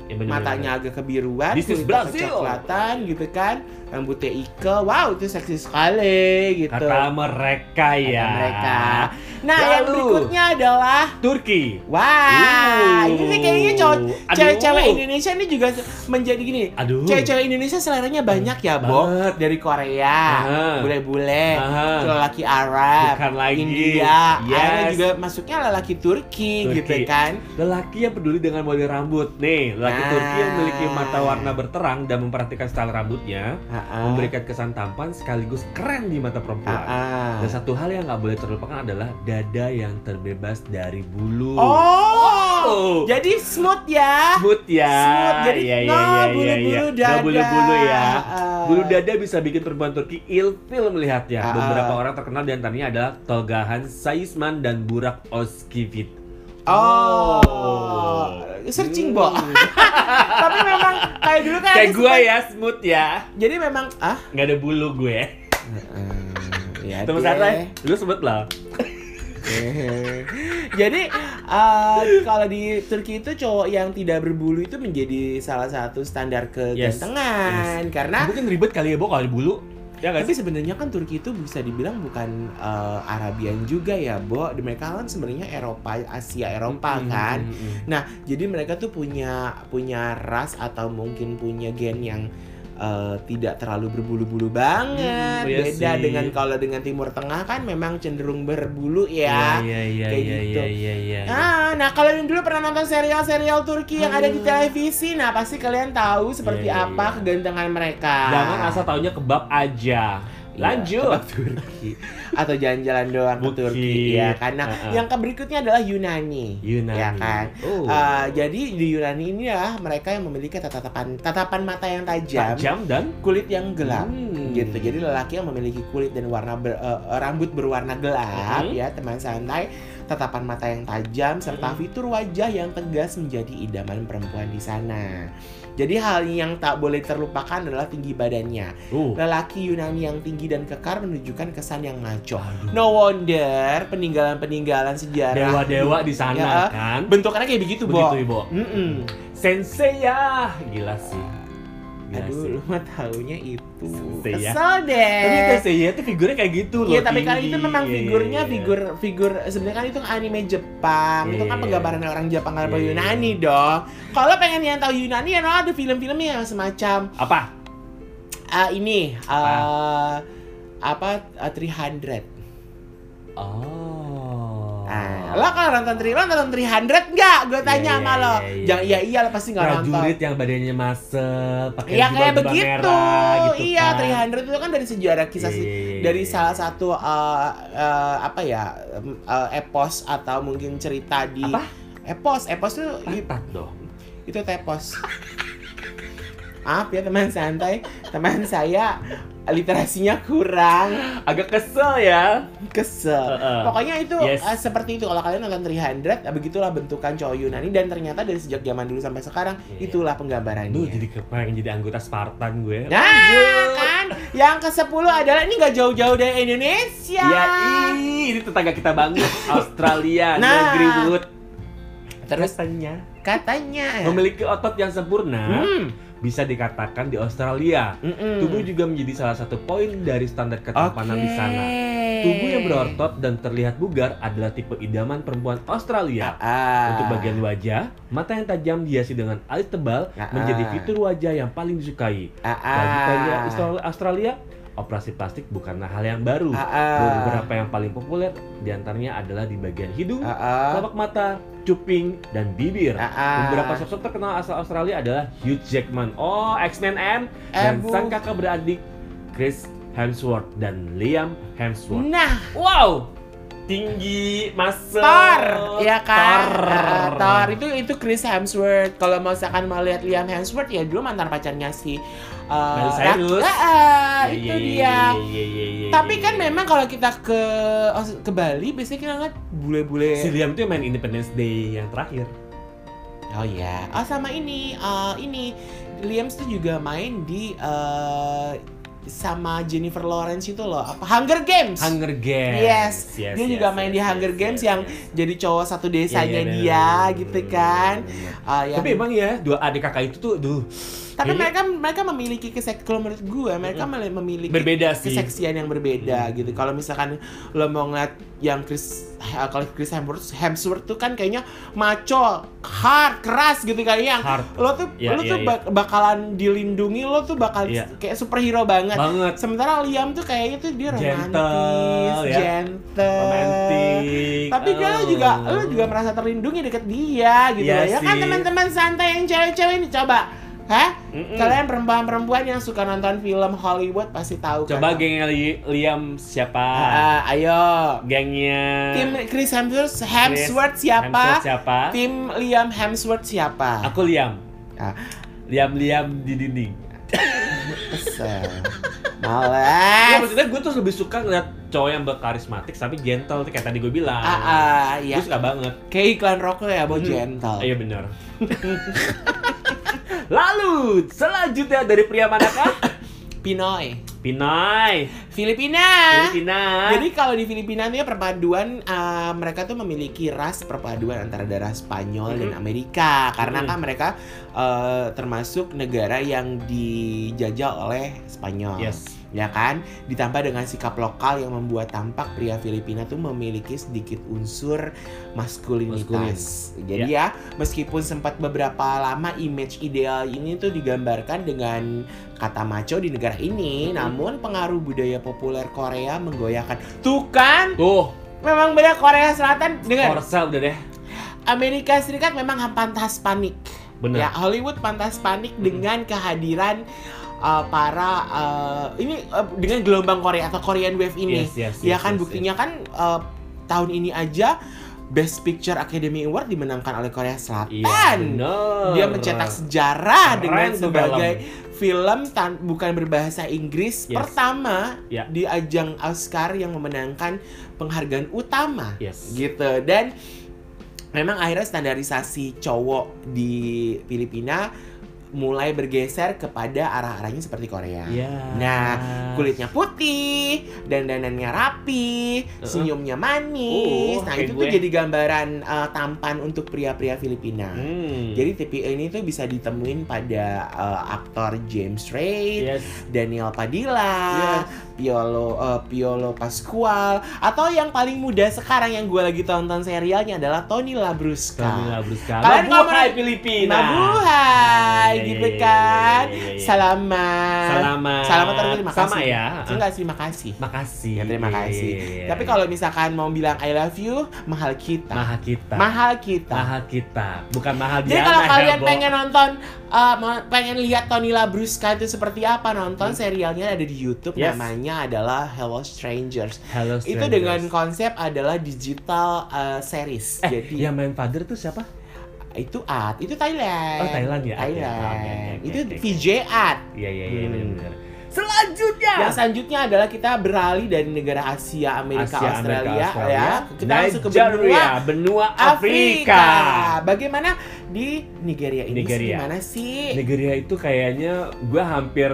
S1: Ya, bener-bener.
S2: matanya agak kebiruan,
S1: This is
S2: kulitnya
S1: Brazil.
S2: kecoklatan gitu kan, rambutnya ikel, wow itu seksi sekali gitu.
S1: kata mereka
S2: Kata
S1: ya.
S2: mereka. Nah yang
S1: Lalu.
S2: berikutnya adalah,
S1: Turki.
S2: wah
S1: Uh.
S2: ini kayaknya cowok
S1: Aduh.
S2: cewek-cewek Indonesia ini juga menjadi gini.
S1: Aduh.
S2: Cewek-cewek Indonesia seleranya banyak ya, Bo.
S1: Banget.
S2: Dari Korea,
S1: Ah.
S2: bule-bule,
S1: Ah.
S2: lelaki Arab,
S1: Bukan lagi.
S2: India,
S1: Yes.
S2: akhirnya juga masuknya lelaki Turki,
S1: Turki.
S2: gitu kan.
S1: Lelaki yang peduli dengan model rambut. Nih, lelaki
S2: Nah.
S1: Turki yang memiliki mata warna berterang dan memperhatikan style rambutnya
S2: Ha-ha.
S1: memberikan kesan tampan sekaligus keren di mata perempuan.
S2: Ha-ha.
S1: Dan satu hal yang nggak boleh terlupakan adalah dada yang terbebas dari bulu.
S2: Oh,
S1: Oh.
S2: jadi smooth ya.
S1: Smooth ya.
S2: Smooth, jadi
S1: Iya, iya,
S2: no
S1: iya, iya,
S2: bulu-bulu
S1: iya.
S2: dada.
S1: No bulu-bulu ya.
S2: Ah.
S1: Bulu dada bisa bikin perempuan Turki ilfil melihatnya.
S2: Ah.
S1: Beberapa orang terkenal diantaranya adalah Tolgahan Saisman dan Burak Özkivit.
S2: Oh. Searching, Bo.
S1: Hmm.
S2: Tapi memang kayak dulu kan.
S1: Kayak
S2: ada
S1: gue
S2: suka-
S1: ya, smooth ya.
S2: Jadi memang ah.
S1: Nggak ada bulu gue.
S2: ya
S1: Temen
S2: deh.
S1: santai, lu sebut lah.
S2: Jadi eh, kalau di Turki itu cowok yang tidak berbulu itu menjadi salah satu standar
S1: Yes.
S2: kegantengan karena
S1: Mungkin ribet kali ya, Bo, kalau ada bulu. Ya nggak
S2: Tapi sebenarnya kan Turki itu bisa dibilang bukan eh, Arabian juga ya, Bo. Di mereka kan sebenarnya Eropa, Asia Eropa
S1: Hmm,
S2: kan.
S1: Mm,
S2: Nah, jadi mereka tuh punya punya ras atau mungkin punya gen yang eh, tidak terlalu berbulu-bulu banget.
S1: Hmm, iya
S2: Beda
S1: sih.
S2: dengan kalau dengan Timur Tengah kan memang cenderung berbulu
S1: Ya,
S2: ya.
S1: ya, ya,
S2: kayak
S1: ya,
S2: gitu.
S1: ya, ya, ya.
S2: Ah, nah kalau yang dulu pernah nonton serial-serial Turki yang ada di
S1: Ah.
S2: televisi, nah pasti kalian tahu seperti
S1: Iya, iya,
S2: apa
S1: iya.
S2: kegantengan mereka.
S1: Jangan asal taunya kebab aja.
S2: Ah. Iya,
S1: Lanjut.
S2: ke Turki atau jalan-jalan doang ke
S1: Bukit.
S2: Turki ya karena
S1: Uh-uh.
S2: yang ke berikutnya adalah Yunani.
S1: Yunani.
S2: Ya kan?
S1: Oh.
S2: Eh, jadi di Yunani ini ya mereka yang memiliki tatapan tatapan mata yang tajam,
S1: Tajam dan
S2: kulit yang gelap.
S1: Hmm.
S2: Gitu. Jadi lelaki yang memiliki kulit dan warna ber- eh, rambut berwarna gelap
S1: Mhm.
S2: ya teman santai, tatapan mata yang tajam serta
S1: Mhm.
S2: fitur wajah yang tegas menjadi idaman perempuan di sana. Jadi hal yang tak boleh terlupakan adalah tinggi badannya.
S1: Oh.
S2: Lelaki Yunani yang tinggi dan kekar menunjukkan kesan yang maco.
S1: Aduh.
S2: No wonder peninggalan-peninggalan sejarah
S1: Dewa-dewa di
S2: Ya,
S1: sana kan.
S2: bentukannya kayak begitu,
S1: Begitu, ya?
S2: Bo.
S1: Ibu.
S2: Mm-mm.
S1: Sensei ya. Gila sih. Gila sih.
S2: Aduh, lu mah taunya itu.
S1: Sensei ya.
S2: Kesel
S1: Tapi
S2: deh.
S1: Sensei ya itu figurnya kayak gitu loh.
S2: Eh. Iya, tapi kan
S1: tinggi.
S2: itu memang
S1: Iya, iya,
S2: figurnya
S1: iya.
S2: figur figur sebenarnya kan itu anime Jepang. Itu kan
S1: Iya.
S2: penggambaran orang Jepang
S1: Iya,
S2: atau
S1: iya.
S2: Yunani dong. Kalau pengen yang tahu Yunani ya no, ada film-filmnya yang semacam
S1: Apa?
S2: ah, ini eh, apa eh, 300.
S1: Oh.
S2: Ah, lo kalau nonton Tri, lo nonton 300 nggak? Gue
S1: Iya,
S2: tanya
S1: iya,
S2: sama lo.
S1: iya, iya,
S2: Jangan iya
S1: iya.
S2: iya lo pasti nggak nonton.
S1: prajurit yang badannya masuk pakai
S2: Iya kayak
S1: jubah-jubah
S2: begitu.
S1: merah, gitu
S2: iya,
S1: kan.
S2: 300 itu kan dari sejarah kisah
S1: Iya, iya, iya,
S2: dari
S1: iya.
S2: salah satu eh, eh, apa ya em, eh, epos atau mungkin cerita di
S1: apa
S2: epos epos tuh i-
S1: pantat dong
S2: itu tepos maaf ya teman santai teman saya literasinya kurang
S1: agak kesel
S2: Iya.
S1: ya
S2: kesel
S1: Heeh.
S2: Pokoknya itu
S1: Yes.
S2: eh, seperti itu kalau kalian nonton 300 eh, begitulah bentukan cowok Yunani dan ternyata dari sejak zaman dulu sampai sekarang
S1: Iya.
S2: itulah
S1: Aduh,
S2: penggambarannya.
S1: jadi kemarin jadi anggota Spartan gue.
S2: Nah, kan yang ke-10 adalah ini nggak jauh-jauh dari Indonesia.
S1: Ya, ih, ini tetangga kita banget, Australia,
S2: Nah.
S1: negeri wood.
S2: Terus
S1: Katanya,
S2: katanya
S1: memiliki otot yang sempurna
S2: Hmm,
S1: bisa dikatakan di Australia.
S2: mm-mm.
S1: Tubuh juga menjadi salah satu poin dari standar ketampanan di sana.
S2: Oke.
S1: Tubuh yang berotot dan terlihat bugar adalah tipe idaman perempuan Australia.
S2: Ah.
S1: Ya, Untuk bagian wajah, mata yang tajam dihiasi dengan alis tebal
S2: Ah.
S1: menjadi fitur wajah yang paling disukai.
S2: Ah, ah.
S1: Bagi pria Austra- Australia, operasi plastik bukanlah hal yang baru.
S2: Ah, ah.
S1: Beberapa yang paling populer diantaranya adalah di bagian hidung,
S2: Ah, ah.
S1: tapak mata, cuping, dan bibir.
S2: Ah, ah.
S1: Beberapa sosok terkenal asal Australia adalah Hugh Jackman, oh X-Men M, dan
S2: Eh, bu-
S1: sang kakak beradik Chris Hemsworth dan Liam Hemsworth.
S2: Nah,
S1: Wow, tinggi, masuk.
S2: Thor, ya kan?
S1: Thor.
S2: Ah, Thor itu itu Chris Hemsworth. Kalau misalkan mau lihat Liam Hemsworth ya dulu mantan pacarnya si uh,
S1: Miley Cyrus.
S2: Ra- Ah, itu
S1: Ya, ya, ya,
S2: dia.
S1: ya, ya, ya, ya,
S2: Tapi
S1: ya,
S2: kan
S1: ya.
S2: memang kalau kita ke oh, ke Bali biasanya kita ngeliat
S1: Si
S2: bule-bule.
S1: Liam tuh yang main Independence Day yang terakhir.
S2: Oh ya. Oh sama ini eh, ini Liam tuh juga main di eh, sama Jennifer Lawrence itu loh apa Hunger Games.
S1: Hunger Games.
S2: Yes.
S1: Yes,
S2: Dia
S1: yes,
S2: juga
S1: yes,
S2: main di
S1: yes,
S2: Hunger
S1: yes,
S2: Games
S1: yes,
S2: yang
S1: yes.
S2: jadi cowok satu desanya
S1: Iya, iya,
S2: dia
S1: bener,
S2: gitu
S1: bener,
S2: kan.
S1: bener, bener.
S2: Ah, yang-
S1: Tapi emang ya dua adik kakak itu tuh duh
S2: Tapi
S1: Kayaknya-
S2: mereka mereka memiliki kesek kalau menurut gue mereka mele- memiliki
S1: berbeda sih.
S2: keseksian yang berbeda gitu. Kalau misalkan lo mau ngeliat yang Chris eh, kalau Chris Hemsworth, Hemsworth tuh kan kayaknya maco, hard, keras gitu kayaknya.
S1: Hard.
S2: Lo tuh
S1: Iya,
S2: lo
S1: iya,
S2: tuh
S1: iya.
S2: bak- bakalan dilindungi, lo tuh bakal
S1: Iya.
S2: kayak superhero banget.
S1: Banget.
S2: Sementara Liam tuh kayaknya tuh dia
S1: Gentle,
S2: romantis,
S1: ya.
S2: gentle.
S1: Romantis.
S2: Tapi dia lo
S1: Oh.
S2: juga lo juga merasa terlindungi deket dia gitu
S1: Iya
S2: loh. Ya kan
S1: sih.
S2: teman-teman santai yang cewek-cewek ini coba. Hah?
S1: Mm-mm.
S2: Kalian perempuan-perempuan yang suka nonton film Hollywood pasti tahu kan.
S1: Coba gengnya Li- Liam siapa?
S2: Ah, ayo.
S1: Gengnya
S2: Tim Chris Hemsworth, Hemsworth siapa?
S1: Hemsworth siapa?
S2: Tim Liam Hemsworth siapa?
S1: Aku Liam.
S2: Ah.
S1: Liam-liam di dinding.
S2: Kesel.
S1: Ya,
S2: Males.
S1: maksudnya gue tuh lebih suka ngeliat cowok yang berkarismatik tapi gentle kayak tadi gue bilang.
S2: Ah, ah,
S1: Gue
S2: ya.
S1: suka banget.
S2: Kayak iklan rokok ya, bawa
S1: Hmm.
S2: gentle.
S1: Iya benar. Lalu selanjutnya dari pria manakah?
S2: Pinoy.
S1: Pinai.
S2: Filipina.
S1: Filipina.
S2: Jadi kalau di Filipina itu ya perpaduan eh, mereka tuh memiliki ras perpaduan antara darah Spanyol dan
S1: Mhm.
S2: Amerika karena
S1: Mhm.
S2: kan mereka eh, termasuk negara yang dijajah oleh Spanyol.
S1: Yes.
S2: Ya kan? Ditambah dengan sikap lokal yang membuat tampak pria Filipina tuh memiliki sedikit unsur maskulinitas. Jadi ya, meskipun sempat beberapa lama image ideal ini tuh digambarkan dengan kata maco di negara ini, namun pengaruh budaya populer Korea menggoyahkan. Tuh kan,
S1: Tuh,
S2: memang beda Korea Selatan dengan
S1: Forza udah deh.
S2: Amerika Serikat memang pantas panik.
S1: Bener. Hmm.
S2: Ya, Hollywood pantas panik dengan kehadiran uh, para uh, ini uh, dengan gelombang Korea atau Korean Wave ini.
S1: Yes, yes,
S2: ya
S1: yes,
S2: kan
S1: yes,
S2: buktinya kan uh, tahun ini aja Best Picture Academy Award dimenangkan oleh Korea
S1: yes. Iya,
S2: Selatan.
S1: bener.
S2: Dia mencetak sejarah
S1: Keren
S2: dengan
S1: tuh
S2: sebagai film, tan- bukan berbahasa Inggris
S1: Yes.
S2: pertama
S1: Ya.
S2: di ajang Oscar yang memenangkan penghargaan utama
S1: Yes.
S2: gitu dan memang akhirnya standarisasi cowok di Filipina mulai bergeser kepada arah-arahnya seperti Korea.
S1: Iya.
S2: Nah, kulitnya putih, dandanannya rapi,
S1: Uh-uh.
S2: senyumnya manis.
S1: Uh,
S2: nah,
S1: kayak
S2: itu tuh
S1: gue.
S2: jadi gambaran uh, tampan untuk pria-pria Filipina.
S1: Hmm.
S2: Jadi tipe ini tuh bisa ditemuin pada uh, aktor James Ray,
S1: yes.
S2: Daniel Padilla,
S1: Yes.
S2: Piolo eh, Piolo Pascual atau yang paling muda sekarang yang gue lagi tonton serialnya adalah Tony Labrusca.
S1: Kami labrus sekali.
S2: nah. Kalian
S1: Mabuhay
S2: ngomong-
S1: Filipina.
S2: Nabuhay
S1: Nah, Iya, iya,
S2: gitu
S1: iya,
S2: kan.
S1: iya, iya, iya.
S2: Salamat.
S1: Salamat.
S2: Salamat tapi terima kasih.
S1: Sama ya.
S2: Enggak terima kasih.
S1: Makasih.
S2: Ya, terima kasih.
S1: Iya, iya,
S2: Tapi
S1: iya.
S2: kalau misalkan mau bilang I love you, mahal kita.
S1: mahal kita.
S2: Mahal kita.
S1: Mahal kita, bukan mahal
S2: Jadi
S1: Diana,
S2: kalau
S1: ya,
S2: kalian
S1: Bo.
S2: pengen nonton, uh, mau- pengen lihat Tony Labrusca itu seperti apa, nonton serialnya ada di YouTube
S1: Hmm. Yes.
S2: namanya adalah Hello Strangers.
S1: Hello
S2: Itu
S1: Strangers.
S2: dengan konsep adalah digital uh, series.
S1: eh,
S2: Jadi
S1: yang main father tuh siapa?
S2: itu art, itu Thailand.
S1: Oh, Thailand ya?
S2: Thailand.
S1: Oke, oke, oke, oke,
S2: itu
S1: oke.
S2: VJ art.
S1: Iya iya iya
S2: Hmm.
S1: benar-benar. Selanjutnya.
S2: Yang selanjutnya adalah kita beralih dari negara Asia, Amerika,
S1: Asia,
S2: Australia,
S1: Amerika, Australia.
S2: ya. Kita langsung ke
S1: Nigeria,
S2: benua
S1: benua
S2: Afrika.
S1: Afrika.
S2: Bagaimana di Nigeria ini
S1: Nigeria.
S2: gimana sih?
S1: Nigeria itu kayaknya gue hampir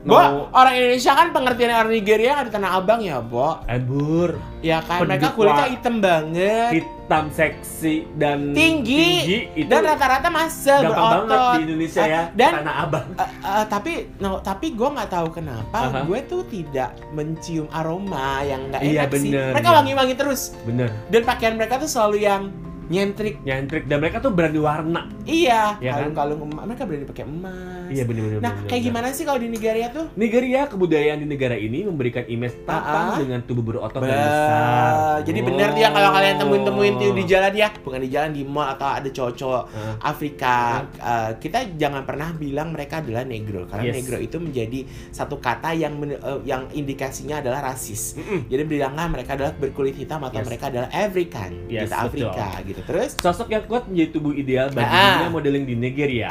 S2: Bo,
S1: mau
S2: orang Indonesia kan pengertian orang Nigeria kan di Tanah Abang ya, Bo.
S1: ebur,
S2: Ya kan, mereka
S1: Penduduk
S2: kulitnya
S1: wa-
S2: hitam banget.
S1: hitam, seksi dan
S2: Tinggi.
S1: itu
S2: Dan rata-rata masel
S1: gampang banget di
S2: berotot.
S1: Indonesia ya.
S2: dan-
S1: Tanah Abang.
S2: Eh, eh, tapi no, tapi gue nggak tahu kenapa
S1: Aha.
S2: gue tuh tidak mencium aroma yang nggak
S1: Iya,
S2: enak sih.
S1: bener.
S2: Mereka wangi-wangi terus
S1: Bener,
S2: dan pakaian mereka tuh selalu yang nyentrik.
S1: nyentrik dan mereka tuh berani warna.
S2: Iya,
S1: Iya kan?
S2: kalung-kalung emas. Mereka berani pakai emas.
S1: Iya bener bener.
S2: Nah,
S1: bener,
S2: kayak
S1: bener.
S2: gimana sih kalau di Nigeria tuh?
S1: Nigeria kebudayaan di negara ini memberikan image
S2: Ah.
S1: tatang dengan tubuh berotot dan
S2: Bah,
S1: besar.
S2: Jadi bener dia kalau kalian temuin-temuin tuh di
S1: Oh. Ah.
S2: jalan ya, bukan di jalan di mall atau ada cowok-cowok
S1: Heeh.
S2: Afrika eh, kita jangan pernah bilang mereka adalah negro karena
S1: Yes.
S2: negro itu menjadi satu kata yang men- eh, yang indikasinya adalah rasis.
S1: Mm-mm.
S2: Jadi bilanglah mereka adalah berkulit hitam atau
S1: Yes.
S2: mereka adalah African, gitu
S1: Yes, betul.
S2: Afrika gitu. Terus
S1: Sosok yang kuat menjadi tubuh ideal bagi
S2: Ah.
S1: dunia modeling di Nigeria.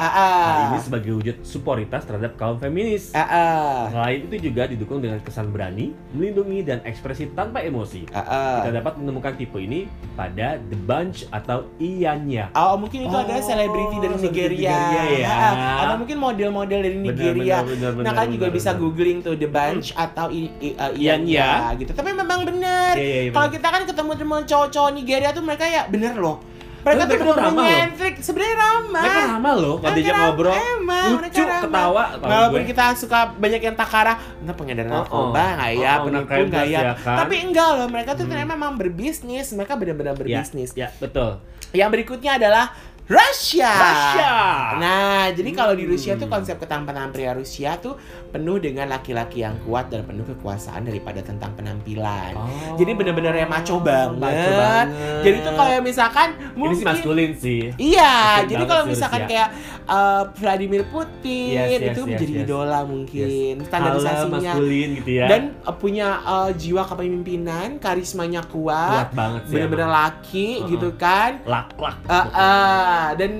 S2: ah,
S1: Hal
S2: ah,
S1: Ya. Nah, ini sebagai wujud suporitas terhadap kaum feminis.
S2: ah, ah,
S1: Selain itu juga didukung dengan kesan berani, melindungi dan ekspresi tanpa emosi.
S2: ah, ah.
S1: Kita dapat menemukan tipe ini pada The Bunch atau Ianya.
S2: Oh, mungkin itu
S1: Oh,
S2: adalah selebriti dari
S1: selebriti
S2: Nigeria.
S1: Nigeria ya.
S2: Ah, ah. Atau mungkin model-model dari Nigeria.
S1: benar,
S2: nah, kalian juga bisa googling tuh The Bunch atau I- I- uh, Ianya gitu. Tapi memang bener.
S1: Iya, iya, iya,
S2: Kalau
S1: benar.
S2: kita kan ketemu teman cowok-cowok Nigeria tuh mereka ya bener loh. Mereka
S1: Tapi
S2: tuh
S1: mereka
S2: bener
S1: ramah loh.
S2: nyentrik. Sebenarnya ramah.
S1: mereka ramah loh kalau diajak
S2: ramah,
S1: ngobrol.
S2: emang, kan mereka
S1: Lucu,
S2: ramah.
S1: ketawa. tau
S2: Walaupun
S1: gue. Iya,
S2: kita suka banyak yang takara, entah pengedar
S1: Oh, oh.
S2: narkoba nggak ya,
S1: Oh, oh,
S2: penipu
S1: nakal
S2: nggak ya.
S1: ya kan?
S2: Tapi enggak loh, mereka tuh
S1: Hmm.
S2: ternyata memang berbisnis, mereka benar-benar berbisnis.
S1: Ya, betul.
S2: Yang berikutnya adalah Rusia.
S1: Russia.
S2: Nah, jadi kalau di Rusia tuh
S1: Hmm.
S2: konsep ketampanan pria Rusia tuh penuh dengan laki-laki yang kuat dan penuh kekuasaan daripada tentang penampilan.
S1: Oh.
S2: Jadi bener-bener yang maco banget.
S1: Maco banget.
S2: Jadi tuh kayak misalkan
S1: ini sih
S2: mungkin
S1: maskulin sih.
S2: Iya,
S1: Maskulin
S2: jadi
S1: banget
S2: kalau
S1: sih
S2: misalkan
S1: Rusia.
S2: kayak eh, Vladimir Putin
S1: Yes, yes,
S2: itu
S1: yes,
S2: menjadi
S1: yes.
S2: idola mungkin
S1: Halo,
S2: standarisasinya
S1: maskulin gitu ya.
S2: dan eh, punya eh, jiwa kepemimpinan, karismanya kuat,
S1: kuat banget sih.
S2: ah, bener-bener
S1: emang.
S2: laki
S1: Uh-uh.
S2: gitu kan.
S1: lak-lak.
S2: Eh, eh, dan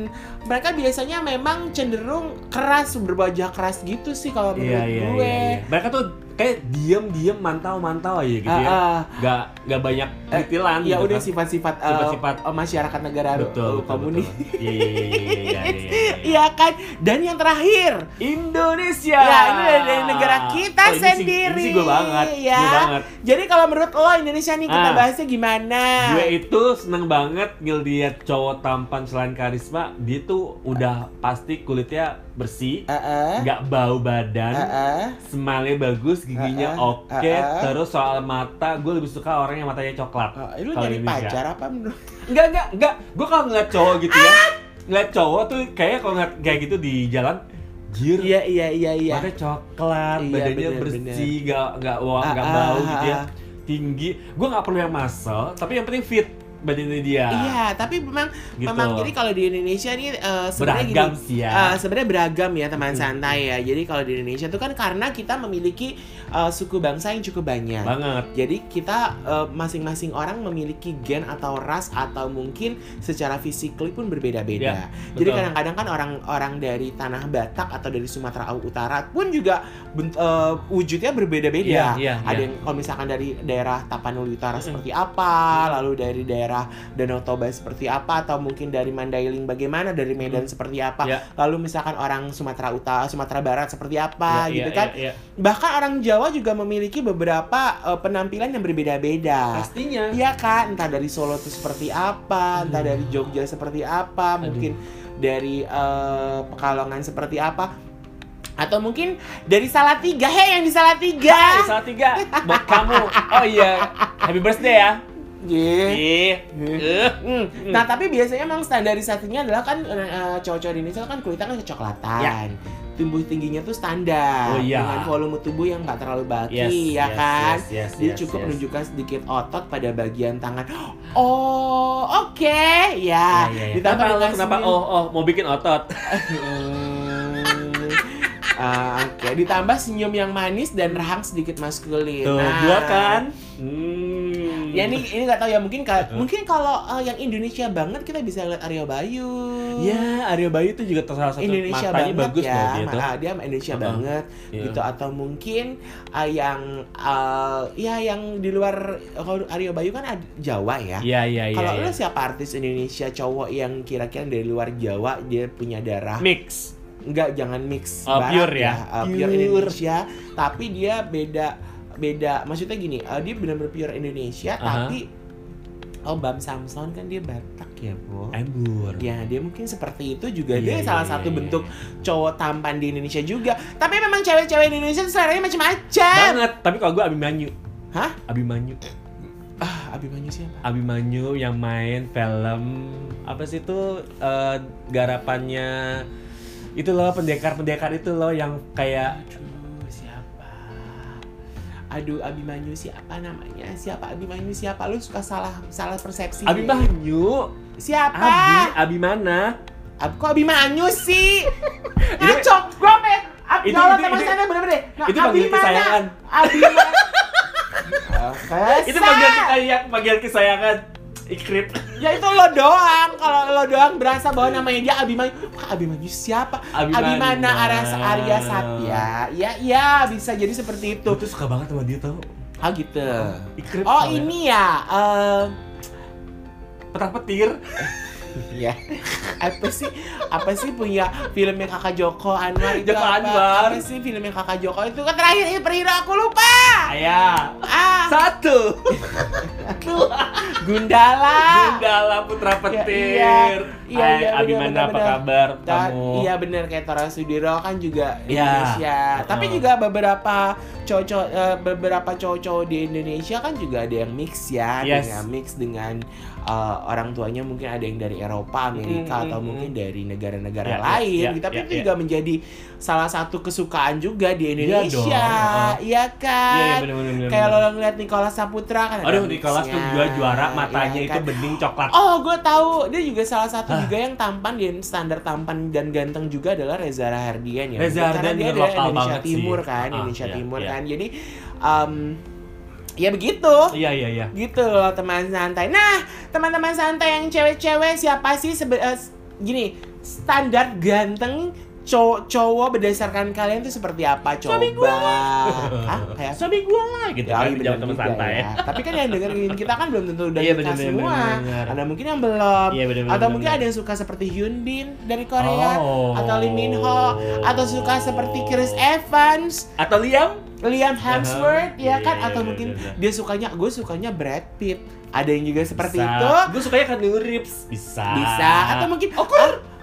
S2: mereka biasanya memang cenderung keras berbajak keras gitu sih kalau menurut
S1: Iya, iya,
S2: gue.
S1: iya, iya. Mereka tuh kayak diem-diem mantau-mantau aja gitu
S2: Eh,
S1: ya.
S2: eh,
S1: Gak, gak banyak
S2: Eh,
S1: detilan
S2: ya
S1: gitu
S2: udah
S1: kan.
S2: sifat-sifat eh,
S1: Sifat-sifat.
S2: eh, masyarakat negara
S1: Betul, betul,
S2: eh, komunis.
S1: betul. Iya, iya, iya, iya, iya, iya, iya, iya.
S2: Iya kan? Dan yang terakhir,
S1: Indonesia.
S2: Ya, ini dari- dari negara kita
S1: Oh, ini sih-
S2: sendiri,
S1: Ini sih gue banget.
S2: ya.
S1: Gue banget.
S2: Jadi kalau menurut lo Indonesia nih kita
S1: Ah.
S2: bahasnya gimana?
S1: Gue itu seneng banget ngeliat cowok tampan selain karisma, dia tuh udah pasti kulitnya bersih,
S2: Heeh.
S1: nggak bau
S2: Ah,
S1: badan,
S2: Heeh.
S1: smile bagus, giginya
S2: Heeh,
S1: oke.
S2: heeh.
S1: Terus soal mata, gue lebih suka orang yang matanya coklat.
S2: Eh, lu
S1: Kalau
S2: jadi
S1: Indonesia.
S2: pacar apa menurut?
S1: Enggak, enggak, enggak. Gue kalau ngeliat cowok gitu ya,
S2: Ah!
S1: ngeliat cowok tuh kayaknya kalau ngeliat kayak gitu di jalan, jir,
S2: Iya iya iya iya.
S1: matanya coklat,
S2: Iya,
S1: badannya
S2: bener,
S1: bersih, nggak nggak wa-
S2: Ah,
S1: nggak
S2: ah,
S1: bau
S2: ah,
S1: gitu ya,
S2: ah.
S1: tinggi. Gue nggak perlu yang muscle, tapi yang penting fit badannya dia.
S2: Iya, tapi memang
S1: Gitu.
S2: memang jadi kalau di Indonesia nih eh, sebenarnya gini,
S1: Beragam sih
S2: eh,
S1: ya.
S2: sebenarnya beragam ya teman
S1: Mm-mm.
S2: santai ya. Jadi kalau di Indonesia itu kan karena kita memiliki eh, suku bangsa yang cukup banyak.
S1: banget.
S2: Jadi kita eh, masing-masing orang memiliki gen atau ras atau mungkin secara fisikly pun berbeda-beda. Jadi
S1: Ya, betul.
S2: kadang-kadang kan orang-orang dari tanah Batak atau dari Sumatera Utara pun juga bent- eh, wujudnya
S1: Iya,
S2: berbeda-beda.
S1: iya,
S2: Ada
S1: iya.
S2: yang kalau misalkan dari daerah Tapanuli Utara
S1: Mm-mm.
S2: seperti apa, lalu dari daerah Danau Toba seperti apa atau mungkin dari Mandailing bagaimana, dari Medan seperti apa.
S1: Iya.
S2: Lalu misalkan orang Sumatera Utara, Sumatera Barat seperti
S1: Iya,
S2: apa
S1: iya,
S2: gitu kan.
S1: iya, iya.
S2: Bahkan orang Jawa juga memiliki beberapa eh, penampilan yang berbeda-beda.
S1: Pastinya.
S2: Iya kan, entah dari Solo itu seperti apa, entah dari Jogja seperti apa, mungkin dari eh, Pekalongan seperti apa. Atau mungkin dari Salatiga, hei yang di Salatiga.
S1: Hai, salah tiga buat kamu. Oh iya, happy birthday ya.
S2: Yeah.
S1: Ih, eh,
S2: Hmm. Nah tapi biasanya emang standarisasinya adalah kan eh, cowok-cowok di Indonesia kan kulitnya kan kecoklatan. Tumbuh tingginya tuh standar
S1: Ya. Oh, iya.
S2: dengan volume tubuh yang nggak terlalu bagi
S1: Yes,
S2: ya
S1: yes,
S2: kan.
S1: yes, yes,
S2: Dia
S1: yes,
S2: cukup
S1: yes.
S2: menunjukkan sedikit otot pada bagian tangan. Oh, oke,
S1: Iya,
S2: ya.
S1: iya, iya.
S2: Ditambah ya.
S1: Kenapa,
S2: dengan
S1: kenapa?
S2: senyum.
S1: Oh, oh, mau bikin otot.
S2: Hmm. Ah, oke, ditambah senyum yang manis dan rahang sedikit maskulin.
S1: Tuh,
S2: Nah,
S1: dua kan? Hmm.
S2: Ya ini ini nggak tahu ya mungkin ka- mungkin kalau eh, yang Indonesia banget kita bisa lihat Aryo Bayu.
S1: Ya, Arya Bayu itu juga salah satu
S2: Indonesia
S1: matanya
S2: banget
S1: bagus
S2: ya.
S1: loh gitu. dia tuh.
S2: Ma- ah, dia Indonesia
S1: Heeh.
S2: banget
S1: Iya.
S2: gitu atau mungkin ah, yang ah, ya yang di luar kalau Aryo Bayu kan ada Jawa ya.
S1: Iya, iya, iya.
S2: kalau
S1: iya.
S2: lu siapa artis Indonesia cowok yang kira-kira dari luar Jawa dia punya darah
S1: mix.
S2: Enggak, jangan mix
S1: Oh, pure ya?
S2: Ah, pure,
S1: Pure.
S2: Indonesia, tapi dia beda beda. Maksudnya gini, ah, dia benar-benar pure Indonesia,
S1: Aha.
S2: tapi oh Bam Samson kan dia Batak ya, Bu.
S1: Embur.
S2: Ya, dia mungkin seperti itu juga.
S1: Iya,
S2: dia
S1: iya,
S2: salah
S1: iya,
S2: satu
S1: iya,
S2: bentuk
S1: iya.
S2: cowok tampan di Indonesia juga. Tapi memang cewek-cewek di Indonesia tuh seleranya macam-macam.
S1: Banget. Tapi kalau gue Abimanyu.
S2: Hah?
S1: Abimanyu.
S2: Ah, Abimanyu siapa?
S1: Abimanyu yang main film apa sih itu eh, garapannya itu loh pendekar-pendekar itu loh yang kayak
S2: Aduh, siapa? Aduh, Abimanyu siapa namanya? Siapa Abimanyu siapa? Lu suka salah salah persepsi. deh.
S1: Abimanyu,
S2: Siapa?
S1: Abi, Abi mana?
S2: Ab, kok Abimanyu sih?
S1: Itu-
S2: Ngaco, gue apa ya? Ab,
S1: Itu-
S2: ya Allah,
S1: itu-
S2: teman
S1: itu-
S2: saya bener-bener deh. Nah,
S1: itu panggilan
S2: Abimana.
S1: kesayangan.
S2: Abimana. Kesel.
S1: Itu bagian kesayangan, bagian kesayangan Ikrip.
S2: Ya itu lo doang. Kalau lo doang berasa bahwa namanya dia Abimanyu. Wah, Abimanyu siapa?
S1: Abimana.
S2: Abimana Aras Arya Satya. Ya, ya bisa jadi seperti itu.
S1: Tuh, tuh suka banget sama dia tau.
S2: Ah gitu.
S1: Ikrip.
S2: Oh
S1: soalnya.
S2: ini ya. eh,
S1: petang petir. Iya.
S2: ya apa sih apa sih punya filmnya kakak Joko Anwar itu
S1: Joko
S2: apa?
S1: Anwar.
S2: apa sih filmnya kakak Joko itu kan terakhir ini perhero aku lupa
S1: Ayah.
S2: ah
S1: Satu. Dua.
S2: Gundala
S1: Gundala Putra Petir.
S2: Ah. iya. Iya,
S1: Hai,
S2: iya, benar,
S1: Abimana
S2: benar,
S1: apa
S2: benar.
S1: kabar
S2: Ta-
S1: kamu?
S2: iya bener kayak Tora Sudiro kan juga
S1: Iya.
S2: Indonesia tapi
S1: Heeh.
S2: juga beberapa cowok beberapa cowok-cowok di Indonesia kan juga ada yang mix ya
S1: Yes.
S2: dengan mix dengan eh, orang tuanya mungkin ada yang dari Eropa Amerika
S1: Mm,
S2: atau
S1: mm,
S2: mungkin dari negara-negara
S1: Ya, ya,
S2: lain
S1: ya,
S2: gitu. tapi
S1: ya,
S2: itu
S1: ya.
S2: juga menjadi salah satu kesukaan juga di
S1: Iya
S2: Indonesia iya
S1: dong, Iya,
S2: kan
S1: iya, benar, benar, benar,
S2: kayak
S1: benar.
S2: lo ngeliat Nicola Saputra kan ada
S1: Aduh, di kelas tuh
S2: mixnya,
S1: dua juara,
S2: iya
S1: matanya itu
S2: kan?
S1: bening coklat.
S2: Oh, gue tahu. Dia juga salah satu
S1: Ah.
S2: juga yang tampan dan standar tampan dan ganteng juga adalah Reza Rahardian ya.
S1: Reza
S2: Karena
S1: Rahardian
S2: dia
S1: juga
S2: adalah
S1: lokal
S2: Indonesia
S1: banget sih.
S2: Timur kan,
S1: Ah,
S2: Indonesia
S1: iya,
S2: Timur
S1: iya.
S2: kan. Jadi em, ya begitu.
S1: Iya, iya, iya.
S2: Gitu loh teman santai. Nah, teman-teman santai yang cewek-cewek siapa sih sebe- eh, s- gini, standar ganteng cowok-cowok berdasarkan kalian tuh seperti apa coba?
S1: Suami gua
S2: Hah? Kayak
S1: Suami gue lah gitu
S2: Ya, iya,
S1: kan, jam
S2: bener
S1: teman
S2: juga
S1: santai.
S2: ya. Tapi kan yang dengerin kita kan belum tentu udah
S1: Iya,
S2: nikah
S1: bener, bener,
S2: semua.
S1: bener, bener.
S2: Ada mungkin yang belum.
S1: Iya, bener, bener,
S2: atau
S1: bener,
S2: mungkin
S1: bener.
S2: ada yang suka seperti Hyun Bin dari Korea
S1: Oh.
S2: atau Lee Min Ho atau suka seperti Chris Evans,
S1: Atau Liam?
S2: Liam Hemsworth
S1: Iya,
S2: ya kan
S1: iya,
S2: atau
S1: iya,
S2: mungkin
S1: iya, iya.
S2: dia sukanya gue sukanya Brad Pitt. Ada yang juga seperti
S1: Bisa.
S2: itu.
S1: Gue sukanya kan Rips. Bisa.
S2: Bisa atau mungkin oh,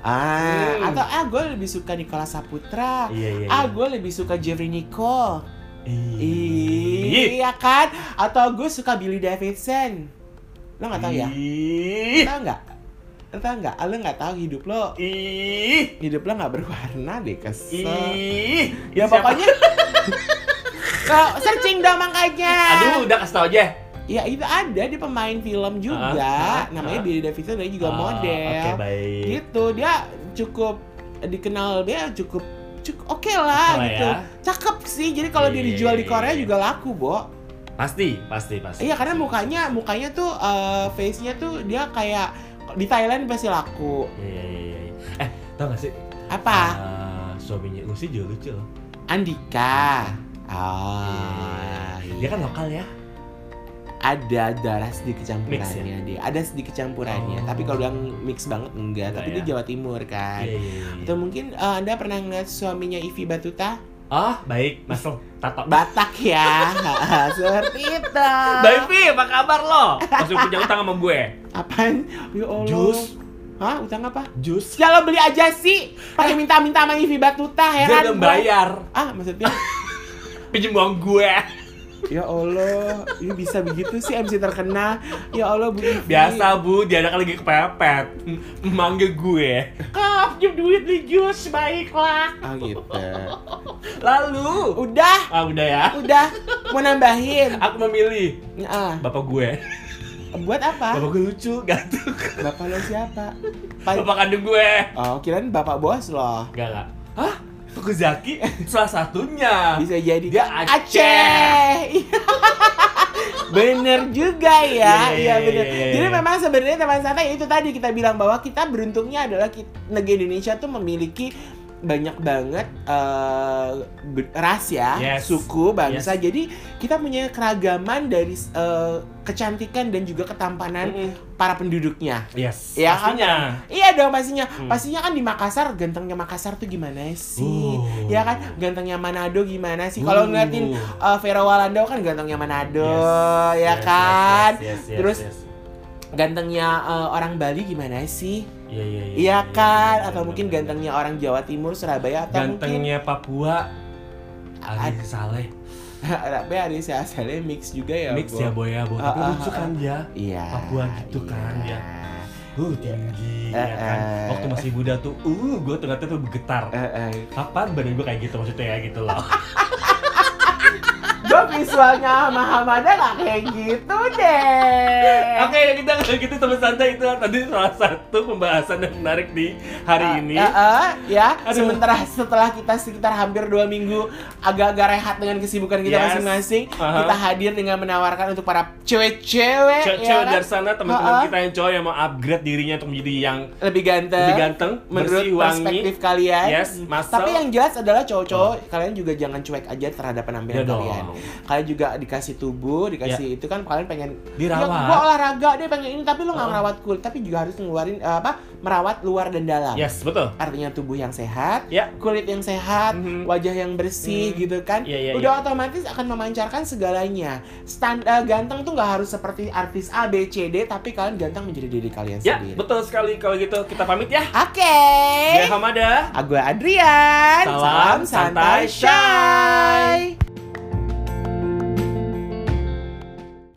S2: Ah,
S1: Hmm.
S2: atau ah gue lebih suka Nicola Saputra.
S1: Iya, iya,
S2: Ah,
S1: iya.
S2: gue lebih suka Jeffrey Nicole.
S1: Ih.
S2: Iya kan? Atau gue suka Billy Davidson. Lo nggak tahu ya?
S1: Iya. Ih.
S2: Tahu nggak? Tahu nggak? Ah, Lo nggak tahu hidup lo?
S1: Ih.
S2: Hidup lo nggak berwarna deh kesel.
S1: Ih.
S2: Ya
S1: Siapa?
S2: pokoknya. Lo searching dong makanya.
S1: Aduh, udah kasih tau aja.
S2: Ya itu ada di pemain film juga.
S1: Ah, ah,
S2: Namanya
S1: ah.
S2: Billy Davidson dia juga
S1: Ah,
S2: model.
S1: Oke, baik.
S2: Gitu dia cukup dikenal dia cukup cukup oke lah
S1: Oke lah
S2: gitu.
S1: ya.
S2: Cakep sih. Jadi kalau dia
S1: Iya,
S2: dijual di
S1: iya,
S2: Korea
S1: iya.
S2: juga laku, Bo.
S1: Pasti, pasti, pasti.
S2: Iya karena mukanya mukanya tuh eh, face-nya tuh dia kayak di Thailand pasti laku.
S1: Iya, iya, iya, iya. Eh, tau gak sih?
S2: Apa?
S1: Ah, suaminya Usi juga lucu loh.
S2: Andika. Ah.
S1: Iya. Dia kan lokal ya.
S2: ada darah sedikit
S1: Mix ya?
S2: campurannya dia. Ada sedikit campurannya,
S1: Oh.
S2: tapi kalau bilang mix banget enggak,
S1: Enggak
S2: tapi
S1: ya?
S2: dia Jawa Timur kan.
S1: Iya, iya, iya.
S2: Atau mungkin eh, Anda pernah ngeliat suaminya Ivi Batuta?
S1: Ah, baik, masuk tato.
S2: Batak ya. Seperti itu.
S1: Baby, apa kabar lo? Langsung punya utang sama gue.
S2: Apaan? Ya Allah.
S1: Jus.
S2: Hah, utang apa?
S1: Jus.
S2: Ya lo beli aja sih. Pakai
S1: Eh.
S2: minta-minta sama Ivi Batuta,
S1: Dia
S2: heran.
S1: udah
S2: gua.
S1: bayar.
S2: Ah, maksudnya
S1: Pinjem uang gue.
S2: ya Allah, ini bisa begitu sih MC terkenal. Ya Allah, Bu Ivi.
S1: Biasa bu, dia anak lagi kepepet. Manggil gue. Kak, pinjem duit nih jus, baiklah.
S2: Ah gitu.
S1: Lalu,
S2: Udah,
S1: ah udah ya.
S2: udah mau nambahin.
S1: Aku memilih
S2: Ah,
S1: bapak gue.
S2: buat apa?
S1: Bapak gue lucu, gantung.
S2: Bapak lo siapa? Pak.
S1: Bapak kandung gue.
S2: Oh, kirain bapak bos loh.
S1: Enggak lah. Hah? Tuku Zaki salah satunya.
S2: Bisa jadi kan?
S1: Dia Aceh.
S2: bener juga ya,
S1: Iya, iya,
S2: iya bener.
S1: iya, iya,
S2: Jadi
S1: iya.
S2: memang sebenarnya teman santai itu tadi kita bilang bahwa kita beruntungnya adalah kit- negeri Indonesia tuh memiliki banyak banget eh, be- ras ya,
S1: Yes.
S2: suku, bangsa. Jadi kita punya keragaman dari eh, kecantikan dan juga ketampanan
S1: Mm-mm.
S2: para penduduknya.
S1: Yes.
S2: Iya kan?
S1: pastinya.
S2: Iya dong pastinya.
S1: Hmm.
S2: Pastinya kan di Makassar gantengnya Makassar tuh gimana sih?
S1: Uh.
S2: Ya kan gantengnya Manado gimana sih? Kalau
S1: Uh.
S2: ngeliatin uh, Vera Walando kan gantengnya Manado, ya
S1: Yes,
S2: kan?
S1: yes, yes, yes,
S2: Terus-
S1: yes.
S2: Gantengnya uh, orang Bali gimana sih?
S1: Iya iya iya.
S2: Iya
S1: iya,
S2: kan?
S1: iya,
S2: Atau
S1: iya,
S2: mungkin
S1: iya.
S2: gantengnya orang Jawa Timur, Surabaya atau mungkin
S1: Gantengnya Papua Ali Saleh
S2: tapi hari saya asalnya mix juga ya,
S1: mix
S2: Bo.
S1: ya boy ya boy
S2: Ah,
S1: tapi
S2: ah,
S1: lucu kan dia
S2: Iya.
S1: Papua gitu kan,
S2: iya.
S1: ya. uh tinggi
S2: Eh,
S1: ya kan
S2: eh.
S1: waktu masih muda tuh uh gue ternyata tuh bergetar
S2: Eh, eh.
S1: kapan badan gue kayak gitu maksudnya ya gitu loh
S2: Gua visualnya sama Hamada gak kayak gitu deh.
S1: oke kita kalau gitu teman santai itu tadi salah satu pembahasan yang menarik di hari
S2: Ah,
S1: ini
S2: ah, ah, ya,
S1: Aduh.
S2: sementara setelah kita sekitar hampir dua minggu agak-agak rehat dengan kesibukan kita
S1: Yes.
S2: masing-masing,
S1: Aha.
S2: kita hadir dengan menawarkan untuk para cewek-cewek,
S1: cewek
S2: ya kan?
S1: dari sana teman-teman
S2: Ah, ah.
S1: kita yang cowok yang mau upgrade dirinya untuk menjadi yang
S2: lebih ganteng,
S1: lebih ganteng
S2: menurut
S1: bersih wangi
S2: perspektif kalian.
S1: Yes, muscle. Oh.
S2: Tapi yang jelas adalah cowok-cowok kalian juga jangan cuek aja terhadap penampilan
S1: Ya dong. Ya.
S2: kalian. Kalian juga dikasih tubuh, dikasih itu kan kalian pengen
S1: Dirawat.
S2: Ya, gua olahraga deh pengen ini, tapi lo nggak
S1: Ah.
S2: merawat kulit, tapi juga harus ngeluarin eh, apa? Merawat luar dan dalam.
S1: yes betul
S2: Artinya tubuh yang sehat,
S1: ya
S2: kulit yang sehat,
S1: Mhm.
S2: wajah yang bersih
S1: Mhm.
S2: gitu kan,
S1: Iya, iya,
S2: udah otomatis akan memancarkan segalanya. Stand eh, ganteng tuh nggak harus seperti artis A B C D, tapi kalian ganteng menjadi diri kalian
S1: ya
S2: sendiri.
S1: betul sekali kalau gitu kita pamit ya
S2: Oke,
S1: Gue Hamada
S2: Agua Adrian,
S1: Salam santai,
S2: santai, shy.